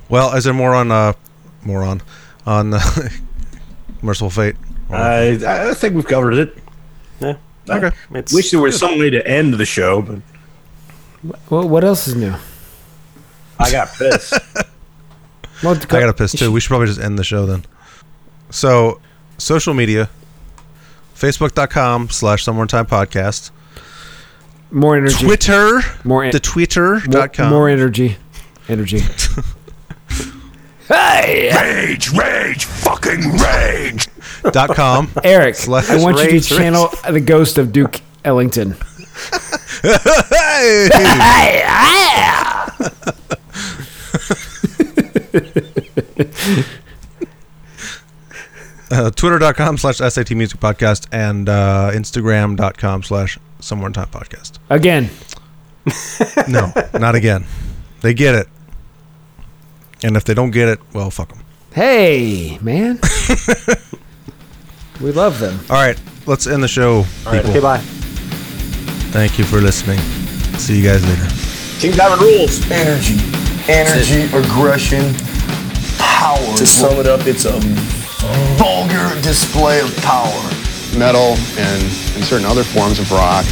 B: Well, is there more on uh, more on on uh, [laughs] merciful fate?
D: I I think we've covered it.
C: Yeah.
D: Okay. wish there was some way to end the show, but
A: Well, what else is new?
D: I got pissed.
A: Well,
B: I gotta piss too. We should probably just end the show then. So, social media, facebook.com slash somewhere in time podcast,
A: More energy.
B: Twitter,
A: More en-
B: the twitter.com.
A: More energy.
B: [laughs]
A: Energy. hey!
J: Rage, rage, fucking rage.
B: dot com.
A: Eric,
B: Slash
A: I want you
B: rage,
A: to
B: rage.
A: channel the ghost of Duke Ellington.
B: uh, twitter.com slash SAT music podcast and uh, instagram.com slash somewhere in time podcast.
A: Again.
B: No, not again. They get it. And if they don't get it, well, fuck them.
A: Hey,
C: [laughs]
A: man. we love them.
B: All right, let's end the show.
C: All right. Okay. Bye.
B: Thank you for listening. See you guys later.
D: King Diamond rules.
M: Energy. Energy, aggression, power. To sum it up, it's a vulgar display of power.
N: metal and in certain other forms of rock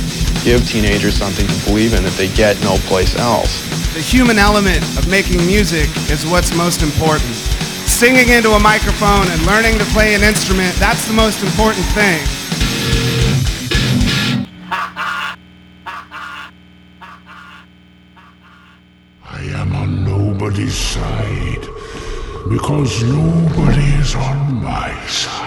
N: give teenagers something to believe in that they get no place else.
O: The human element of making music is what's most important. Singing into a microphone and learning to play an instrument, that's the most important thing.
I: I am on nobody's side because nobody is on my side.